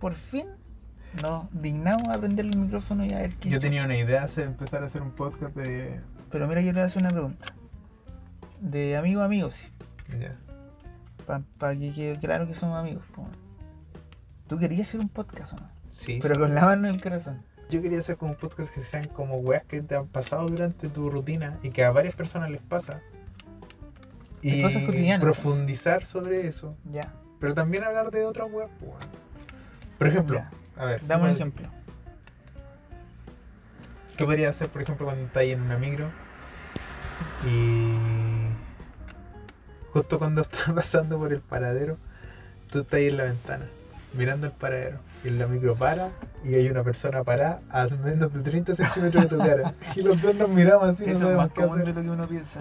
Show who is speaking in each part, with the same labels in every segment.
Speaker 1: por fin nos dignamos a prender el micrófono y a ver qué.
Speaker 2: Yo tenía
Speaker 1: chucha.
Speaker 2: una idea de empezar a hacer un podcast de.
Speaker 1: Pero mira, yo le voy a hacer una pregunta. De amigo a amigo, sí.
Speaker 2: Ya.
Speaker 1: Para que quede claro que somos amigos. po. Tú querías hacer un podcast, ¿o no?
Speaker 2: Sí.
Speaker 1: Pero con la mano en el corazón.
Speaker 2: Yo quería hacer como un podcast que sean como weas que te han pasado durante tu rutina y que a varias personas les pasa.
Speaker 1: De
Speaker 2: Y
Speaker 1: cosas cotidianas.
Speaker 2: profundizar sobre eso.
Speaker 1: Ya.
Speaker 2: Pero también hablar de otras weas. pues, weón. Por ejemplo,
Speaker 1: Ya.
Speaker 2: a ver.
Speaker 1: Dame un
Speaker 2: ¿cómo-
Speaker 1: ejemplo.
Speaker 2: ¿Qué podría hacer, por ejemplo, cuando estás ahí en una micro? Y. Justo cuando estás pasando por el paradero, tú estás ahí en la ventana, mirando el paradero. Y la micro para, y hay una persona parada a menos de 30 centímetros de tu cara. Y los dos nos miramos así,
Speaker 1: Eso
Speaker 2: no
Speaker 1: es
Speaker 2: sabemos
Speaker 1: más
Speaker 2: qué
Speaker 1: común de
Speaker 2: hacer.
Speaker 1: lo que uno piensa.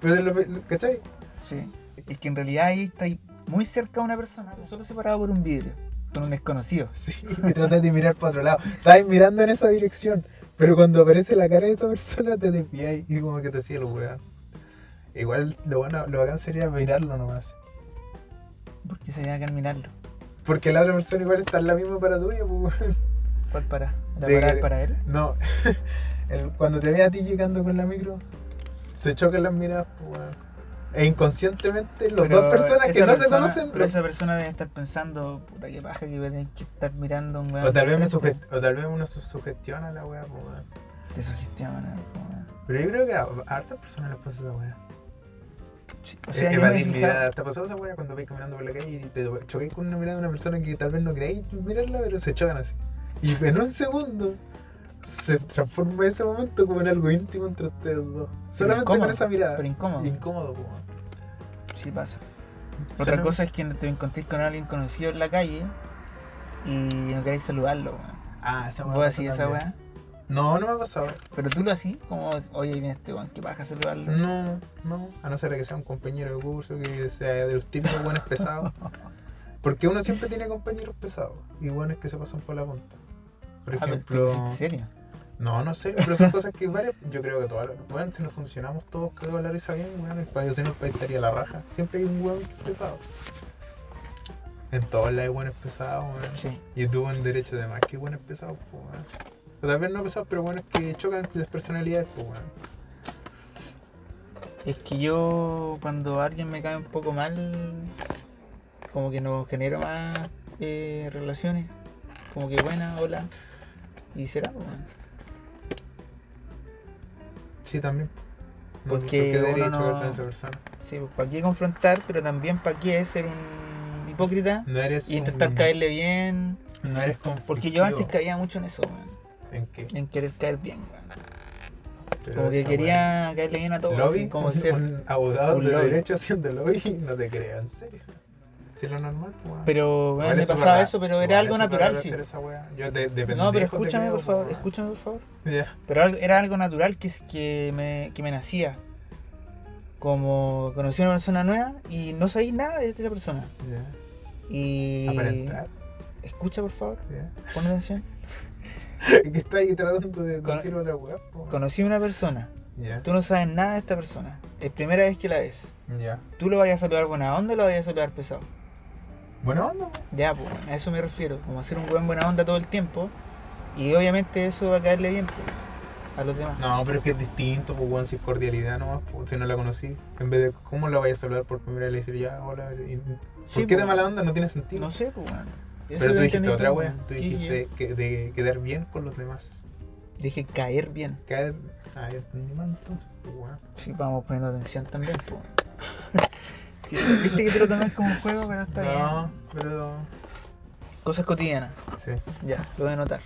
Speaker 2: Pero es lo pe- lo- ¿Cachai?
Speaker 1: Sí. Es que en realidad ahí está ahí muy cerca a una persona, pero solo separado por un vidrio, con un desconocido.
Speaker 2: Sí, y tratas de mirar para otro lado. Estás mirando en esa dirección, pero cuando aparece la cara de esa persona te desvías y como que te hacía lo weón. Igual lo bueno, lo bacán sería mirarlo nomás.
Speaker 1: Porque se llega a caminarlo.
Speaker 2: Porque la otra persona igual está en la misma para tuya, pues. weón.
Speaker 1: ¿Cuál para? ¿La
Speaker 2: De-
Speaker 1: parada para él?
Speaker 2: No. El- cuando te ve a ti llegando con la micro, se chocan las miradas, pues. weón. E inconscientemente las
Speaker 1: Pero
Speaker 2: dos personas que
Speaker 1: esa
Speaker 2: no se
Speaker 1: persona-
Speaker 2: conocen. pues.
Speaker 1: Pero esa persona debe estar pensando, puta que paja que voy a tener que estar mirando a un weón.
Speaker 2: O tal, vez me
Speaker 1: diferente".
Speaker 2: suge- o tal vez uno su- sugestiona la weá, pues. weón.
Speaker 1: Te sugestiona. po, weón.
Speaker 2: Pero yo creo que a, a hartas personas les pasa esa weá.
Speaker 1: Sí,
Speaker 2: O
Speaker 1: O sea, yo me he
Speaker 2: evadir
Speaker 1: fijado,
Speaker 2: miradas. ah, ¿Te ha pasado esa weá cuando vais caminando por la calle y te chocáis con una mirada de una persona que tal vez no creáis mirarla, pero se chocan así? Y en un segundo se transforma ese momento como en algo íntimo entre ustedes dos. Solamente
Speaker 1: incómodo,
Speaker 2: con esa mirada.
Speaker 1: pero incómodo.
Speaker 2: Incómodo, po.
Speaker 1: sí pasa. Otra
Speaker 2: Solamente-
Speaker 1: cosa es que te encontréis con alguien conocido en la calle y no queréis saludarlo. weón.
Speaker 2: Ah, esa weá.
Speaker 1: Vos
Speaker 2: pasa
Speaker 1: así esa
Speaker 2: también.
Speaker 1: weá.
Speaker 2: No, no me ha pasado.
Speaker 1: Pero tú lo así, como, oye, ahí viene este weón, que paja saludarlo.
Speaker 2: No, no. A no ser que sea un compañero de curso, que sea de los típicos buenos pesados. Porque uno siempre tiene compañeros pesados y buenos que se pasan por la punta. Por
Speaker 1: Ah, pero
Speaker 2: ejemplo.
Speaker 1: te pusiste serio.
Speaker 2: No, no sé, pero son cosas que varias. Yo creo que todas las. Bueno, si nos funcionamos todos, creo que la risa bien, weón. El país, si no, el país estaría la raja. Siempre hay un weón pesado. En todos lados hay weones pesados, weón.
Speaker 1: Sí.
Speaker 2: Y tuvo en derecho de más que buenos pesados, pues, weón. O tal vez no pesados, pero buenos que chocan las personalidades, pues, weón.
Speaker 1: Es que yo, cuando alguien me cae un poco mal, como que no genero más eh, relaciones. Como que buena, hola. Y será, pues, weón.
Speaker 2: Sí, también. No,
Speaker 1: Porque
Speaker 2: debería
Speaker 1: uno
Speaker 2: chocar
Speaker 1: no-
Speaker 2: con esa persona?
Speaker 1: Sí, pues, ¿para qué confrontar? Pero también ¿para qué ser un hipócrita?
Speaker 2: No eres.
Speaker 1: Y intentar
Speaker 2: un-
Speaker 1: caerle bien.
Speaker 2: No eres
Speaker 1: Porque yo antes
Speaker 2: conflictivo.
Speaker 1: caía mucho en eso, weón.
Speaker 2: ¿En qué?
Speaker 1: En querer caer bien, weón.
Speaker 2: Pero
Speaker 1: Como que
Speaker 2: esa
Speaker 1: quería caerle bien a
Speaker 2: weón-
Speaker 1: todos.
Speaker 2: Lobby,
Speaker 1: así como
Speaker 2: un,
Speaker 1: ser.
Speaker 2: un abogado
Speaker 1: un
Speaker 2: de
Speaker 1: lobby.
Speaker 2: derecho haciendo lobby, no te creas, en serio. Si es lo normal, pues, weón.
Speaker 1: Pero,
Speaker 2: Igual
Speaker 1: weón, me
Speaker 2: eso
Speaker 1: pasaba
Speaker 2: para-
Speaker 1: eso, pero
Speaker 2: igual
Speaker 1: era algo
Speaker 2: eso para
Speaker 1: natural, sí.
Speaker 2: hacer esa weá. Yo de, de
Speaker 1: No, pero
Speaker 2: pendejo te
Speaker 1: escúchame,
Speaker 2: creo,
Speaker 1: por
Speaker 2: po,
Speaker 1: favor,
Speaker 2: weón.
Speaker 1: escúchame, por favor.
Speaker 2: Ya.
Speaker 1: Pero algo- era algo natural que, es- que, me, que me nacía. Como conocí a una persona nueva y no sabía nada de esta persona.
Speaker 2: ya.
Speaker 1: Y.
Speaker 2: Aparentar.
Speaker 1: Escucha, por favor,
Speaker 2: ya.
Speaker 1: pon atención.
Speaker 2: que está ahí tratando de
Speaker 1: Con-
Speaker 2: decir otra weá. po, weón.
Speaker 1: Conocí a una persona,
Speaker 2: Ya.
Speaker 1: tú no sabes nada de esta persona. Es primera vez que la ves.
Speaker 2: Ya.
Speaker 1: Tú lo vayas a saludar buena onda o lo vayas a saludar pesado.
Speaker 2: Bueno, onda, weón.
Speaker 1: Ya, pues, a eso me refiero. Como hacer un buen buena onda todo el tiempo. Y obviamente eso va a caerle bien pues, a los demás.
Speaker 2: No, pero es que es distinto, pues, weón, si es cordialidad nomás, po, si no la conocí. En vez de, ¿cómo la vayas a saludar por primera vez? Le decir, ya, hola. y- ¿Por
Speaker 1: Sí, pues,
Speaker 2: qué
Speaker 1: po,
Speaker 2: de mala onda? No tiene sentido.
Speaker 1: No sé, pues, weón. Eso
Speaker 2: pero
Speaker 1: lo
Speaker 2: tú dijiste
Speaker 1: entendí,
Speaker 2: otra
Speaker 1: pues,
Speaker 2: weá.
Speaker 1: weón. ¿Qué
Speaker 2: Tú
Speaker 1: dije?
Speaker 2: dijiste que, de quedar bien con los demás.
Speaker 1: Dije caer bien.
Speaker 2: Caer. Ah, ya entendí mal entonces, pues, weón.
Speaker 1: Sí, vamos poniendo atención también, po. Sí, Viste que te lo tomas como un juego, pero está
Speaker 2: No,
Speaker 1: bien.
Speaker 2: pero.
Speaker 1: Cosas cotidianas,
Speaker 2: Sí.
Speaker 1: ya, lo voy a anotar.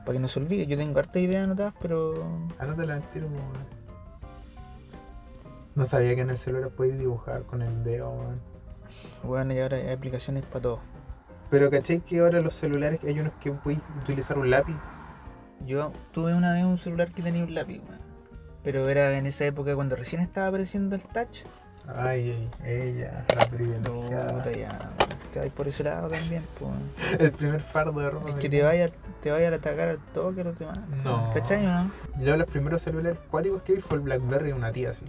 Speaker 1: Para que no se olvide, yo tengo harta idea anotadas, pero.
Speaker 2: Anótala al tiro, po, pues, weón. No sabía que en el celular podías dibujar con el dedo, weón.
Speaker 1: Bueno, y ahora hay aplicaciones para todo.
Speaker 2: Pero caché que ahora los celulares hay unos que puedes utilizar un lápiz.
Speaker 1: Yo tuve una vez un celular que tenía un lápiz, weón. Pero era en esa época cuando recién estaba apareciendo el touch.
Speaker 2: Ay, ay, ella, la privilegiada.
Speaker 1: Puta, ya, weón. Te vais por ese lado también, po. weón.
Speaker 2: El primer fardo de ropa.
Speaker 1: Es que te vaya, te vaya a atacar al toque a los demás.
Speaker 2: No.
Speaker 1: ¿Cachai o no?
Speaker 2: Yo los primeros celulares cuáticos que vi fue el Blackberry de una tía, así.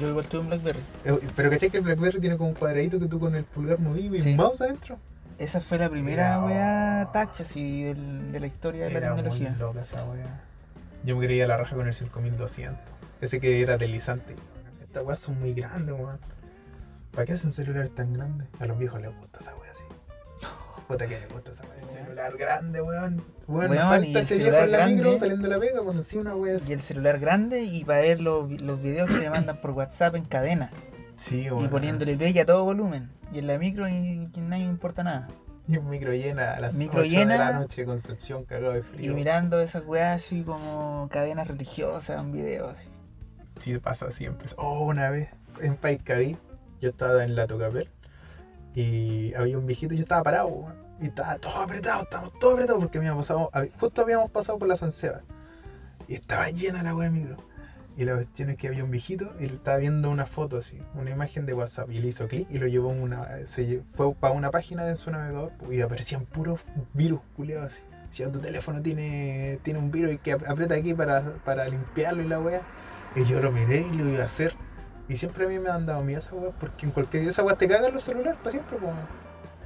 Speaker 1: Yo igual tuve un Blackberry.
Speaker 2: Eh, Pero caché que el Blackberry tiene como un cuadradito que tú con el pulgar moví y
Speaker 1: Sí.
Speaker 2: un mouse adentro.
Speaker 1: Esa fue la primera
Speaker 2: Era-
Speaker 1: weá tacha así del- de la historia de la
Speaker 2: Era
Speaker 1: tecnología.
Speaker 2: muy loca esa wea. Yo me quería la raja con el 5200. Ese que era deslizante. Estas weas son muy grandes, weón. ¿Para qué hacen celular tan grande? A los viejos les gusta esa wea así. Puta que les gusta esa wea. El celular grande, weón. Bueno,
Speaker 1: Weón, y
Speaker 2: falta
Speaker 1: el
Speaker 2: ese viejo
Speaker 1: celular
Speaker 2: en la micro
Speaker 1: grande.
Speaker 2: saliendo de la pega con así una wea así.
Speaker 1: Y el celular grande y para ver los, vi- los videos que se mandan por WhatsApp en cadena.
Speaker 2: Sí,
Speaker 1: Y poniéndole play a todo volumen. Y en la micro y, y nadie me importa nada.
Speaker 2: Y un micro llena a las
Speaker 1: Micro
Speaker 2: 8
Speaker 1: llena.
Speaker 2: de la noche, Concepción cagado de
Speaker 1: Y
Speaker 2: frío.
Speaker 1: mirando esas weas así como cadenas religiosas, un video así.
Speaker 2: Sí, pasa siempre. Oh, una vez en Paiscaví, yo estaba en la Tocapel y había un viejito y yo estaba parado, weón, Y estaba todo apretado, estábamos todos apretados porque habíamos pasado, hab- justo habíamos pasado por la San Seba. Y estaba llena la wea de micro. Y la cuestión es que había un viejito y él estaba viendo una foto así, una imagen de WhatsApp. Y le hizo clic y lo llevó a una, se lle- fue para una página de su navegador pues, y aparecían puros virus culeados así. Si tu teléfono tiene, tiene un virus y que ap- aprieta aquí para, para limpiarlo y la wea. Y yo lo miré y lo iba a hacer. Y siempre a mí me han dado miedo esas weas, porque en cualquier día esas weas te cagan los celulares para siempre, po.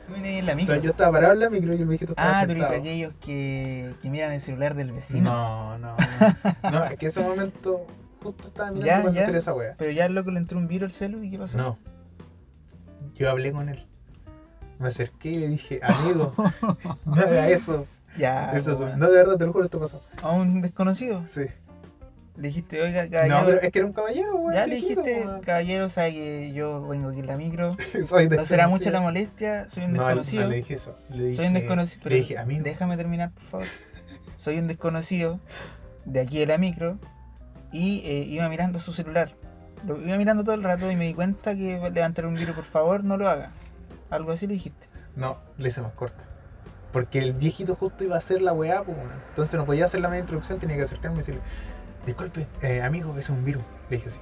Speaker 1: Tú vienes en la micro.
Speaker 2: Entonces yo estaba parado en la micro y el viejito estaba
Speaker 1: Ah, tú eres de
Speaker 2: sentado.
Speaker 1: aquellos que, que miran el celular del vecino.
Speaker 2: No, no, no. No, es que ese momento justo estaba mirando
Speaker 1: Ya,
Speaker 2: cuando
Speaker 1: ya.
Speaker 2: salió esa wea.
Speaker 1: Pero ya al loco le entró un virus al celu y ¿qué pasó?
Speaker 2: No. Yo hablé con él. Me acerqué y le dije, amigo, no haga eso.
Speaker 1: Ya. pues,
Speaker 2: eso es un-
Speaker 1: Ah, weón.
Speaker 2: No, de verdad, te lo juro, esto pasó.
Speaker 1: A un desconocido.
Speaker 2: Sí.
Speaker 1: Le dijiste, oiga,
Speaker 2: No,
Speaker 1: caballero.
Speaker 2: pero es que era un caballero, weón.
Speaker 1: ya le
Speaker 2: viejito,
Speaker 1: dijiste,
Speaker 2: pues, weón.
Speaker 1: caballero, sabe que yo vengo aquí en la micro.
Speaker 2: Soy
Speaker 1: No será mucha
Speaker 2: desconocido.
Speaker 1: la molestia, soy un
Speaker 2: No, él-
Speaker 1: desconocido.
Speaker 2: No, le dije eso. Le dije,
Speaker 1: soy un desconocido. Pero
Speaker 2: Le dije, amigo.
Speaker 1: Déjame terminar, por favor. Soy un desconocido de aquí de la micro y eh, iba mirando su celular. Lo iba mirando todo el rato y me di cuenta que iba a levantar un virus, por favor, no lo haga. Algo así le dijiste.
Speaker 2: No, le hice más corta. Porque el viejito justo iba a hacer la weá, pues, weón. entonces no podía hacer la media introducción, tenía que acercarme y decirle, disculpe, eh, amigo, es un virus. Le dije así.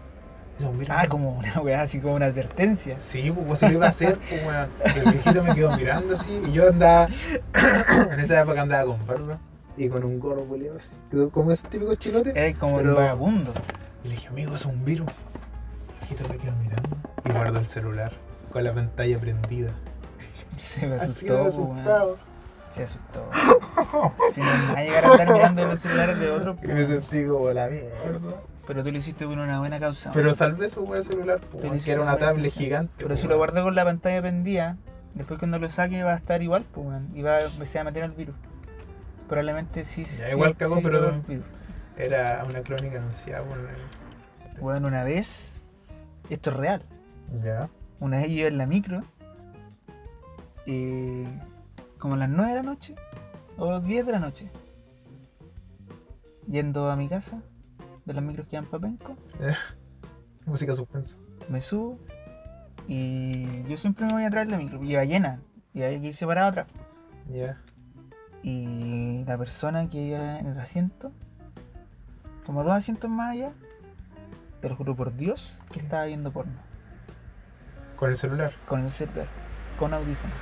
Speaker 2: Es un virus.
Speaker 1: Ah, como una weá, así como una advertencia.
Speaker 2: Sí, pues se lo iba a hacer, pues, weón. Y el viejito me quedó mirando así y yo andaba, en esa época andaba con barba y con un gorro boleado así, quedó como esos típicos chilotes.
Speaker 1: Eres como
Speaker 2: Pero-
Speaker 1: un vagabundo.
Speaker 2: Y le dije, amigo, es un virus. El viejito me quedó mirando y guardó el celular con la pantalla prendida.
Speaker 1: Se me
Speaker 2: Así de
Speaker 1: asustó, po, weón.
Speaker 2: asustado.
Speaker 1: Se asustó. Si no me va a llegar a estar mirando los celulares de otro,
Speaker 2: Y me sentí como la mierda.
Speaker 1: pero tú lo hiciste por una buena causa.
Speaker 2: Pero salvé su weá de celular, po,
Speaker 1: Tú
Speaker 2: weón,
Speaker 1: le
Speaker 2: que era una
Speaker 1: hiciste la
Speaker 2: tablet
Speaker 1: versión.
Speaker 2: gigante. pues,
Speaker 1: Pero
Speaker 2: po,
Speaker 1: si lo
Speaker 2: weón.
Speaker 1: guardé con la pantalla prendida, después cuando lo saque va a estar igual, pues, weón, y va a empezar a meter el virus. Probablemente sí.
Speaker 2: Ya,
Speaker 1: sí,
Speaker 2: igual cagó,
Speaker 1: sí,
Speaker 2: pero-
Speaker 1: cagó el virus.
Speaker 2: Era una crónica anunciada por el-
Speaker 1: Weón, una vez, esto es real.
Speaker 2: Ya.
Speaker 1: Una vez yo iba en la micro, eh, como a las 9 de la noche, o 10 de la noche, yendo a mi casa, de las micros que dan papenco,
Speaker 2: Música suspenso.
Speaker 1: me subo y yo siempre me voy atrás de la micro, iba llena, y había que irse para atrás.
Speaker 2: Ya.
Speaker 1: y la persona que iba en el asiento, como dos asientos más allá, te lo juro por Dios, que estaba viendo porno,
Speaker 2: Con el celular.
Speaker 1: con el celular, con audífonos.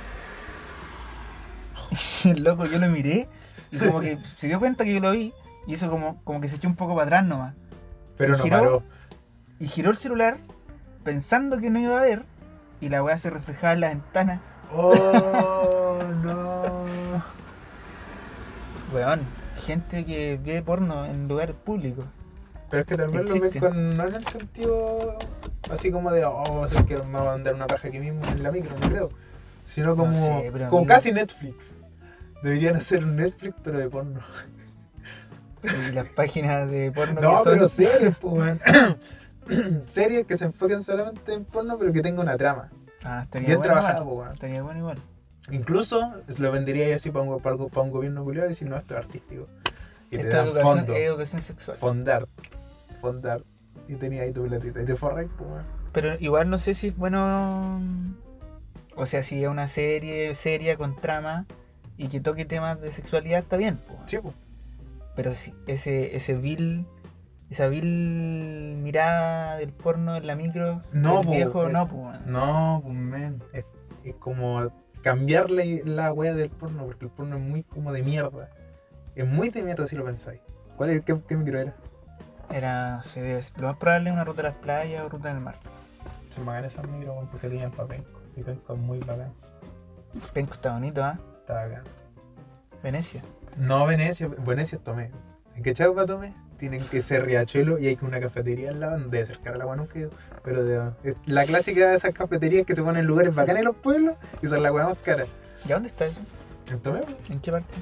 Speaker 1: Y el loco, yo lo miré y como que se dio cuenta que yo lo vi y eso como, como que se echó un poco para atrás nomás.
Speaker 2: Pero no
Speaker 1: ¿Giró?
Speaker 2: paró.
Speaker 1: Y giró el celular pensando que no iba a ver y la weá se reflejaba en la ventana.
Speaker 2: Oh, no.
Speaker 1: Weón, gente que ve porno en lugares públicos.
Speaker 2: Pero es que tal vez lo ven
Speaker 1: Existe.
Speaker 2: con. No en el sentido. Así como de. Oh, sé que me va a mandar una paja aquí mismo en la micro, no creo. Sino como.
Speaker 1: sé, pero
Speaker 2: como
Speaker 1: amigo.
Speaker 2: casi Netflix. Deberían hacer un Netflix, pero de porno.
Speaker 1: Y las páginas de porno
Speaker 2: No,
Speaker 1: que son
Speaker 2: pero series, pues, weón. series que se enfoquen solamente en porno, pero que tenga una trama.
Speaker 1: Ah, estaría
Speaker 2: Bien
Speaker 1: bueno
Speaker 2: trabajada,
Speaker 1: igual.
Speaker 2: pues, weón.
Speaker 1: Estaría bueno igual.
Speaker 2: Incluso lo vendería ahí así para un, para un- para un gobierno culiado y decir, no, esto es artístico. Y te
Speaker 1: Esto es
Speaker 2: dan
Speaker 1: educación,
Speaker 2: fondo.
Speaker 1: es educación sexual.
Speaker 2: Fondar. Fondar. Y tenías ahí tu platita. Y te forras, pues, weón.
Speaker 1: Pero igual no sé si es bueno. O sea, si es una serie seria con trama y que toque temas de sexualidad, está bien. po.
Speaker 2: Sí, pues.
Speaker 1: Pero si ese, ese vil. Esa vil mirada del porno en la micro.
Speaker 2: No,
Speaker 1: del
Speaker 2: po,
Speaker 1: viejo,
Speaker 2: es-
Speaker 1: no, po.
Speaker 2: No, pues, men. Es, es como cambiarle la wea del porno, porque el porno es muy como de mierda. Es muy de mierda si lo pensáis. ¿Cuál es, qué, qué micro era?
Speaker 1: Era. no sé, debe ser- lo más probable es una ruta de las playas o ruta del mar.
Speaker 2: Se me ganan esas micro, weón, porque tenían papenco. Y penco es muy bacán.
Speaker 1: Penco está bonito, ¿ah?
Speaker 2: Estaba acá.
Speaker 1: Venecia.
Speaker 2: No, Venecia, Venecia es Tomé. ¿En qué chaupa Tomé? Tienen que ser Riachuelo y hay que una cafetería al lado donde acercar la agua no quedó. Pero de- es la clásica de esas cafeterías que se ponen en lugares bacanes en los pueblos y son la agua más cara.
Speaker 1: ¿Y a dónde está eso?
Speaker 2: ¿En Tomé?
Speaker 1: ¿En qué parte?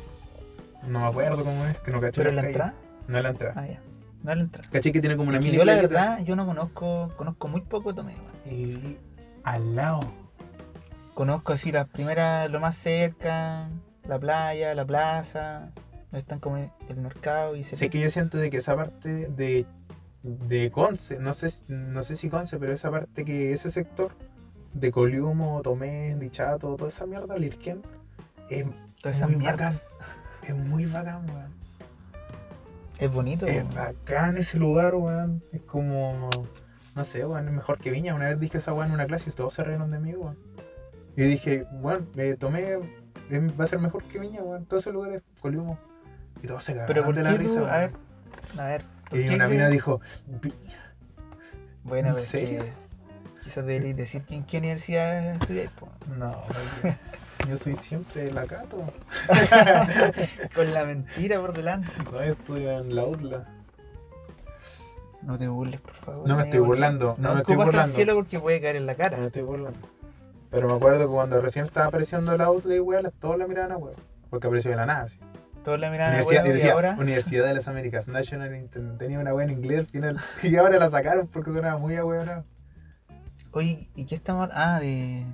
Speaker 2: No me acuerdo cómo es, que no caché.
Speaker 1: ¿Pero en la
Speaker 2: calles.
Speaker 1: entrada?
Speaker 2: No en la entrada.
Speaker 1: Ah, ya. No en la entrada.
Speaker 2: Caché que tiene como una
Speaker 1: Es que
Speaker 2: mini
Speaker 1: yo la
Speaker 2: playita.
Speaker 1: verdad, yo no conozco, conozco muy poco Tomé. weón.
Speaker 2: Y al lado.
Speaker 1: Conozco así las primeras, lo más cerca, la playa, la plaza, donde están como el mercado y se...
Speaker 2: Sé que yo siento de que esa parte de, de Conce, no sé, no sé si Conce, pero esa parte que ese sector de Coliumo, Tomé, Dichato, toda esa mierda, Lirquén, es
Speaker 1: todas esas
Speaker 2: muy
Speaker 1: mierdas.
Speaker 2: bacán. Es muy bacán, weón.
Speaker 1: Es bonito. weón.
Speaker 2: Es bacán ese lugar, weón. Es como, no sé, weón, es mejor que Viña. Una vez dije esa weón en una clase y todos se rieron de mí, weón. Y dije, weón, eh, Tomé es- va a ser mejor que Viña, weón. Todos esos lugares, Coliumo. Y todos se cagaron
Speaker 1: Pero ¿por
Speaker 2: de
Speaker 1: qué
Speaker 2: la risa,
Speaker 1: tú- A
Speaker 2: weón.
Speaker 1: ver, a ver. ¿por
Speaker 2: Y
Speaker 1: qué
Speaker 2: una
Speaker 1: crees-
Speaker 2: mina dijo, Viña.
Speaker 1: Bueno,
Speaker 2: ¿En
Speaker 1: pero es
Speaker 2: serio?
Speaker 1: que quizás deberías decir que en qué universidad estudiáis, po.
Speaker 2: No, oye, yo soy siempre la cato.
Speaker 1: Con la mentira por delante.
Speaker 2: No, yo estudio en la UDLA.
Speaker 1: No te burles, por favor.
Speaker 2: No me estoy
Speaker 1: amigo.
Speaker 2: burlando,
Speaker 1: No,
Speaker 2: no, me
Speaker 1: me
Speaker 2: estoy
Speaker 1: al
Speaker 2: burlando.
Speaker 1: cielo porque puede caer en la
Speaker 2: No
Speaker 1: cara.
Speaker 2: me estoy burlando. Pero me acuerdo que cuando recién estaba apareciendo la UDLA y weón, todos la miraban a weón. Porque apareció de la nada, así.
Speaker 1: Todos la miran a la hueá,
Speaker 2: Universidad,
Speaker 1: Ah, y
Speaker 2: Universidad-
Speaker 1: ahora.
Speaker 2: Universidad de las Américas, National Inter- Tenía una buena en inglés al final. Y ahora la sacaron porque sonaba muy a weón.
Speaker 1: Oye, ¿y qué estamos? Ah, de.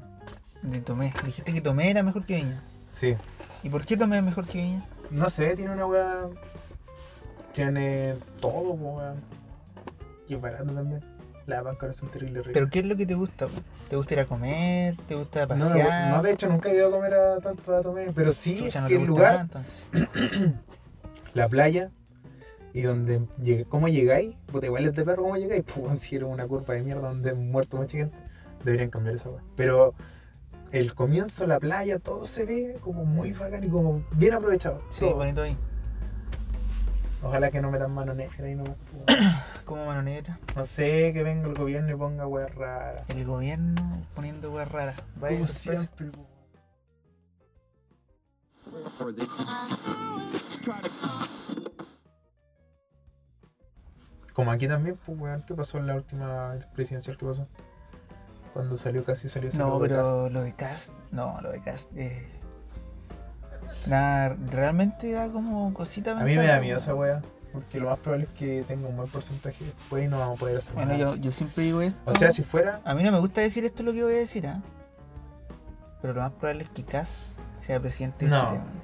Speaker 1: De Tomé. Dijiste que Tomé era mejor que Viña.
Speaker 2: Sí.
Speaker 1: ¿Y por qué Tomé es mejor que Viña?
Speaker 2: No sé, tiene una weá. Tiene todo, weón. Y es barato también. Las bancaras son terribles ricas.
Speaker 1: ¿Pero qué es lo que te gusta? po? ¿Te gusta ir a comer? ¿Te gusta
Speaker 2: No,
Speaker 1: pasear?
Speaker 2: me- no, de hecho nunca he ido a comer a tanto a Tomé, pero sí
Speaker 1: Chucha,
Speaker 2: es
Speaker 1: no
Speaker 2: que
Speaker 1: te
Speaker 2: el
Speaker 1: gusta
Speaker 2: lugar,
Speaker 1: nada, entonces.
Speaker 2: la playa, y donde llegué, cómo llegáis, puta igual es de perro cómo llegáis, pues weón, si era una curva de mierda donde han muerto mucha gente, deberían cambiar esa weá. Pero el comienzo, la playa, todo se ve como muy bacán y como bien aprovechado.
Speaker 1: Sí,
Speaker 2: todo.
Speaker 1: bonito ahí.
Speaker 2: Ojalá que no metan mano negra y no
Speaker 1: Como mano negra.
Speaker 2: No sé, que venga el gobierno y ponga weá rara.
Speaker 1: El gobierno poniendo weas raras. Vaya
Speaker 2: Como
Speaker 1: sorpresa.
Speaker 2: siempre, po. Como aquí también, pues, weón, ¿qué pasó en la última presidencial que pasó? Cuando salió casi salió ese
Speaker 1: No,
Speaker 2: logo de Cast.
Speaker 1: pero lo de Cast, no, lo de Cast. eh, nada, realmente da como cosita
Speaker 2: A mí me
Speaker 1: pensar,
Speaker 2: da miedo esa
Speaker 1: weón.
Speaker 2: weá, porque lo más probable es que tenga un buen porcentaje después y no vamos a poder hacer
Speaker 1: Bueno, yo,
Speaker 2: nada.
Speaker 1: yo siempre digo esto.
Speaker 2: O sea, si fuera,
Speaker 1: A mí no me gusta decir esto lo que voy a decir, ¿ah? Pero lo más probable es que Cast sea presidente de
Speaker 2: No.
Speaker 1: Chile, weón.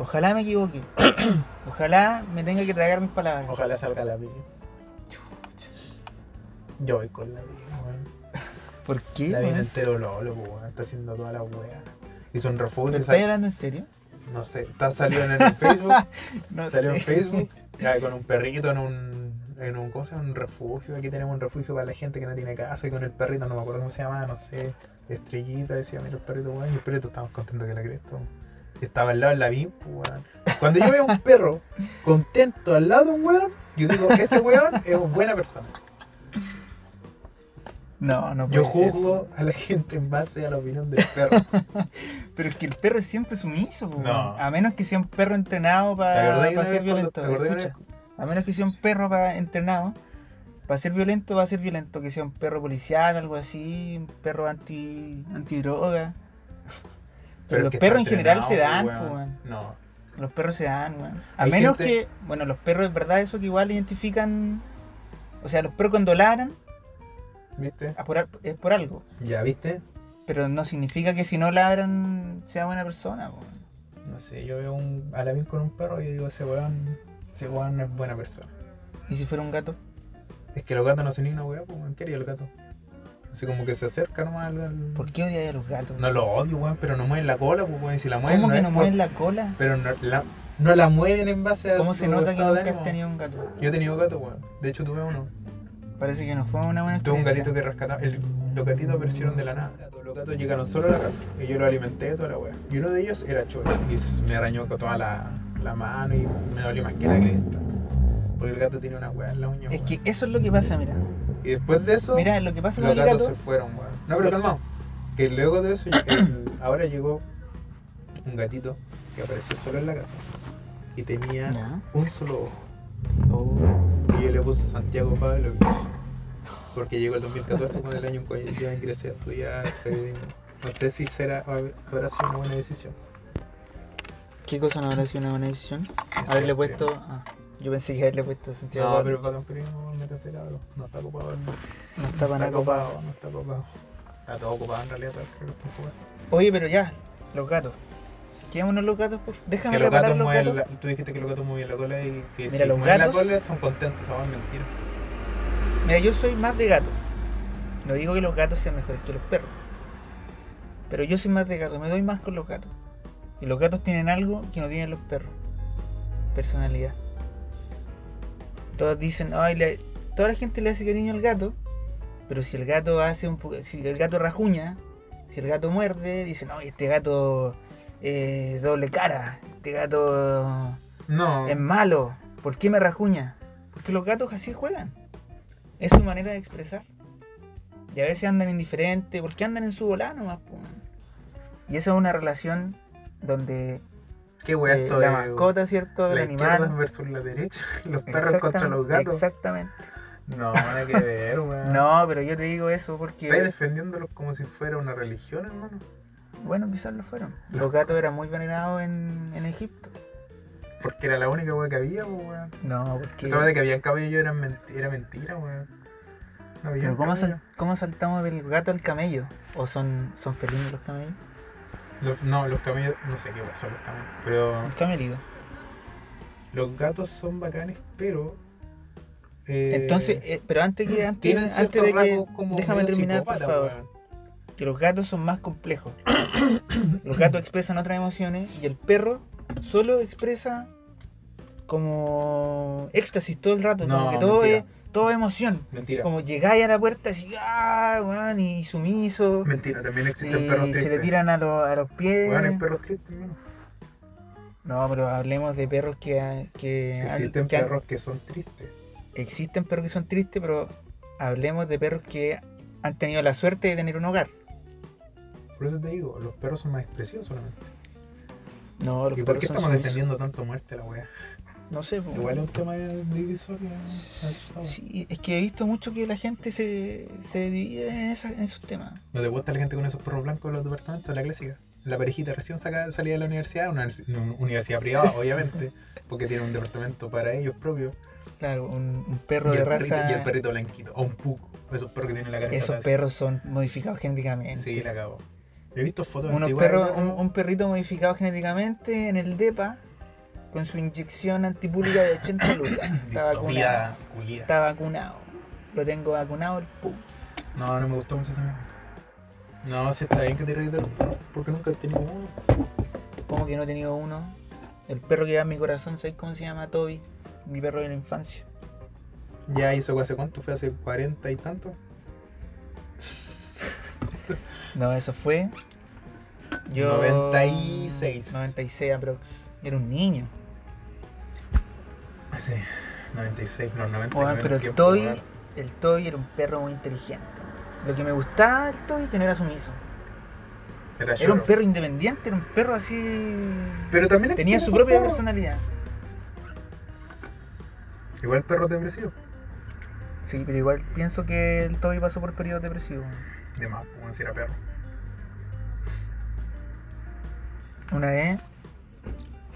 Speaker 1: Ojalá me equivoque. Ojalá me tenga que tragar mis palabras.
Speaker 2: ojalá salga la vida. Yo voy con la vida, weón.
Speaker 1: ¿Por qué?
Speaker 2: La
Speaker 1: weón?
Speaker 2: viene entero lolo, po, weón. Está haciendo toda la wea. Hizo un refugio.
Speaker 1: ¿Me
Speaker 2: que
Speaker 1: estás
Speaker 2: sal-
Speaker 1: hablando en serio?
Speaker 2: No sé, está salió en el Facebook.
Speaker 1: No
Speaker 2: salió en
Speaker 1: sé.
Speaker 2: Facebook. ya, con un perrito en un. En un, ¿cómo se llama? Un refugio. Aquí tenemos un refugio para la gente que no tiene casa. Y con el perrito, no me acuerdo cómo se llamaba, no sé. Estrellita decía, mira el perrito, weón. Y el perrito estábamos contentos que la cresta. weón. Y Estaba al lado de la BIM, weón. Cuando yo veo a un perro contento al lado de un weón, yo digo, ese weón es una buena persona.
Speaker 1: No, no puede
Speaker 2: Yo
Speaker 1: ser.
Speaker 2: juzgo a la gente en base a la opinión del perro.
Speaker 1: Pero es que el perro es siempre sumiso, po,
Speaker 2: No.
Speaker 1: weón. A menos que sea un perro entrenado
Speaker 2: ¿Te
Speaker 1: para,
Speaker 2: acordás de
Speaker 1: ser
Speaker 2: una vez cuando-
Speaker 1: violento.
Speaker 2: te acordás de una
Speaker 1: Escucha, a menos que sea un perro para entrenado para ser violento, va a ser violento. Que sea un perro policial, algo así, un perro anti antidroga. Pero,
Speaker 2: Pero
Speaker 1: los
Speaker 2: que
Speaker 1: perros en
Speaker 2: está
Speaker 1: general se dan,
Speaker 2: entrenado,
Speaker 1: po,
Speaker 2: pues,
Speaker 1: weón.
Speaker 2: No.
Speaker 1: Los perros se dan, weón. A
Speaker 2: Hay
Speaker 1: menos
Speaker 2: gente-
Speaker 1: que, bueno, los perros es verdad eso que igual identifican. O sea, los perros cuando ladran
Speaker 2: ¿Viste?
Speaker 1: a por al- es por algo.
Speaker 2: Ya, ¿viste?
Speaker 1: Pero no significa que si no ladran sea buena persona, po, weón.
Speaker 2: No sé, yo veo un Alamín con un perro y yo digo, ese weón, ese weón no es buena persona.
Speaker 1: ¿Y si fuera un gato?
Speaker 2: Es que los gatos no hacen ni una weá, pues weón, ¿qué haría el gato? Así como que se acerca nomás al... al-
Speaker 1: ¿Por qué odias a los gatos?
Speaker 2: No lo odio, weón, pero no mueven la cola, pues weón, y si la mueven...
Speaker 1: ¿Cómo que
Speaker 2: es
Speaker 1: no
Speaker 2: por-
Speaker 1: mueven la cola?
Speaker 2: Pero no la, no la mueven en base a
Speaker 1: ¿Cómo
Speaker 2: su
Speaker 1: se nota que
Speaker 2: estado de
Speaker 1: nunca has
Speaker 2: ánimo.
Speaker 1: tenido un gato?
Speaker 2: Yo he tenido gato, weón. De hecho tuve uno.
Speaker 1: Parece que no fue una buena
Speaker 2: Tuve un
Speaker 1: experiencia.
Speaker 2: gatito que rescataba. el- los gatitos aparecieron de la nada. Los gatos llegaron solo a la casa. Y yo los alimenté toda la wea. Y uno de ellos era cholo. Y s- me arañó con toda la, la mano y me dolió más que la cresta. Porque el gato tiene una wea en la uña.
Speaker 1: Es
Speaker 2: weón.
Speaker 1: que eso es lo que pasa, mira.
Speaker 2: Y después de eso,
Speaker 1: Mira, lo que pasa
Speaker 2: los
Speaker 1: con el
Speaker 2: gatos
Speaker 1: gato,
Speaker 2: se fueron, weón. No, pero calmado. Que luego de eso, el- ahora llegó un gatito que apareció solo en la casa y tenía
Speaker 1: Ya.
Speaker 2: un solo ojo. Y yo le puse Santiago Pablo porque llegó el 2014 con el año en que yo ingresé a estudiar periodismo. No sé si será, habrá sido una buena decisión.
Speaker 1: ¿Qué cosa no habrá sido una buena decisión? Haberle puesto. Ah, yo pensé que haberle puesto sentido.
Speaker 2: No,
Speaker 1: Pablo.
Speaker 2: pero para periodismo me cancelaron. No está ocupado. No,
Speaker 1: No está para nada
Speaker 2: está ocupado. No está ocupado. Está todo ocupado en realidad. Para que no está ocupado.
Speaker 1: Oye, pero ya, los gatos. Quedémonos los gatos, por Déjame
Speaker 2: Que los
Speaker 1: reparar
Speaker 2: gatos
Speaker 1: los gatos.
Speaker 2: mueven la, tú dijiste que los gatos mueven la cola y que
Speaker 1: Mira,
Speaker 2: si
Speaker 1: los
Speaker 2: mueven
Speaker 1: gatos-
Speaker 2: la cola son contentos, son mentiras.
Speaker 1: Mira, yo soy más de gato. No digo que los gatos sean mejores que los perros. Pero yo soy más de gato, me doy más con los gatos. Y los gatos tienen algo que no tienen los perros. Personalidad. Todos dicen, ay, le- toda la gente le hace cariño al gato, pero si el gato hace un po- si el gato rajuña, si el gato muerde, dicen, ay, este gato eh, doble cara, este gato
Speaker 2: No,
Speaker 1: es malo. ¿Por qué me rajuña? Porque los gatos así juegan. Es su manera de expresar. Y a veces andan indiferentes, porque andan en su volá nomás. po. Y esa es una relación donde
Speaker 2: qué wea
Speaker 1: eh,
Speaker 2: Pues esto
Speaker 1: la
Speaker 2: es,
Speaker 1: mascota, ¿cierto? El
Speaker 2: La izquierda
Speaker 1: animal.
Speaker 2: versus la derecha, los perros contra
Speaker 1: Exactam-
Speaker 2: los gatos. Ah.
Speaker 1: Exactamente.
Speaker 2: No, nada que ver, weón.
Speaker 1: No, pero yo te digo eso porque.
Speaker 2: Estáis defendiéndolos como si fuera una religión, hermano.
Speaker 1: Bueno, quizás lo fueron. Los gatos eran muy venerados en, en Egipto.
Speaker 2: Porque era la única weá que había, po, weón.
Speaker 1: No, porque.
Speaker 2: Esa weá de que habían camello era, menti- era mentira, weón. No había
Speaker 1: Pero ¿cómo,
Speaker 2: camello.
Speaker 1: sal- cómo saltamos del gato al camello? ¿O son, son felinos los camellos?
Speaker 2: Los- No, los camellos, no sé qué weá son los camellos. Pero
Speaker 1: Los camelidos.
Speaker 2: los gatos son bacanes, pero. eh,
Speaker 1: Entonces, eh, pero antes que
Speaker 2: tienen
Speaker 1: antes, antes
Speaker 2: ciertos
Speaker 1: de que
Speaker 2: rasgos como
Speaker 1: déjame
Speaker 2: medio
Speaker 1: terminar, por
Speaker 2: psicópatas,
Speaker 1: favor,
Speaker 2: weón.
Speaker 1: que los gatos son más complejos. los gatos expresan otras emociones y el perro solo expresa como éxtasis todo el rato, como
Speaker 2: No,
Speaker 1: que todo
Speaker 2: mentira.
Speaker 1: es todo es emoción.
Speaker 2: Mentira.
Speaker 1: Como llegáis a la puerta así, ah, weón, y sumiso,
Speaker 2: Mentira, también
Speaker 1: y
Speaker 2: existen perros tristes.
Speaker 1: Eh, se le tiran a, los- a los pies.
Speaker 2: Weón, hay perros tristes, hermano.
Speaker 1: no, pero hablemos de perros que, que
Speaker 2: Existen
Speaker 1: Eh, que-
Speaker 2: perros que son tristes.
Speaker 1: existen perros que son tristes, pero hablemos de perros que han tenido la suerte de tener un hogar.
Speaker 2: Por eso te digo, los perros son más expresivos solamente.
Speaker 1: No, los
Speaker 2: ¿Y por
Speaker 1: perros
Speaker 2: qué
Speaker 1: son
Speaker 2: estamos
Speaker 1: sumisos.
Speaker 2: defendiendo tanto muerte a la weá?
Speaker 1: No sé, po.
Speaker 2: Igual es un tema divisorio. ¿no?
Speaker 1: Sí, es que he visto mucho que la gente se, se divide en, esa- en esos temas.
Speaker 2: ¿No te gusta la gente con esos perros blancos en los departamentos? La clásica. La parejita recién saca- salida de la universidad, una, univers- una universidad privada, obviamente, porque tiene un departamento para ellos propios.
Speaker 1: Claro, un, un perro
Speaker 2: y,
Speaker 1: de
Speaker 2: el perrito,
Speaker 1: raza.
Speaker 2: y el perrito blanquito, o un puco, esos perros que tienen la cara
Speaker 1: Esos
Speaker 2: patada,
Speaker 1: perros son modificados genéticamente.
Speaker 2: Sí, la cago. He visto fotos
Speaker 1: Unos
Speaker 2: antiguas de
Speaker 1: perros, un, un perrito modificado genéticamente en el DEPA con su inyección antipúlica de 80 lucas. Está vacunado.
Speaker 2: distopía, culia.
Speaker 1: Está vacunado. Lo tengo vacunado el pu.
Speaker 2: No, no me gustó mucho ese meme. No, si está bien que te ríes de los perros, porque nunca he tenido uno.
Speaker 1: Como que no he tenido uno. El perro que va en mi corazón, ¿sabéis cómo se llama? Toby. Mi perro de la infancia.
Speaker 2: Ya hizo hace cuánto, fue hace 40 y tanto.
Speaker 1: No, eso fue.
Speaker 2: 96.
Speaker 1: 96, aprox. Era un niño.
Speaker 2: Ah, Sí, 96, no, 90.
Speaker 1: Weón,
Speaker 2: menos
Speaker 1: pero el
Speaker 2: tiempo,
Speaker 1: Toy,
Speaker 2: weón.
Speaker 1: el Toy era un perro muy inteligente. Lo que me gustaba del Toy que no era sumiso.
Speaker 2: Era,
Speaker 1: Era un
Speaker 2: lloro.
Speaker 1: perro independiente, era un perro así.
Speaker 2: Pero también
Speaker 1: Tenía
Speaker 2: existen
Speaker 1: su
Speaker 2: esos
Speaker 1: propia
Speaker 2: perros.
Speaker 1: personalidad.
Speaker 2: Igual perros depresivos.
Speaker 1: Sí, pero igual pienso que el Toby pasó por periodos depresivos.
Speaker 2: De más, como si era perro.
Speaker 1: Una vez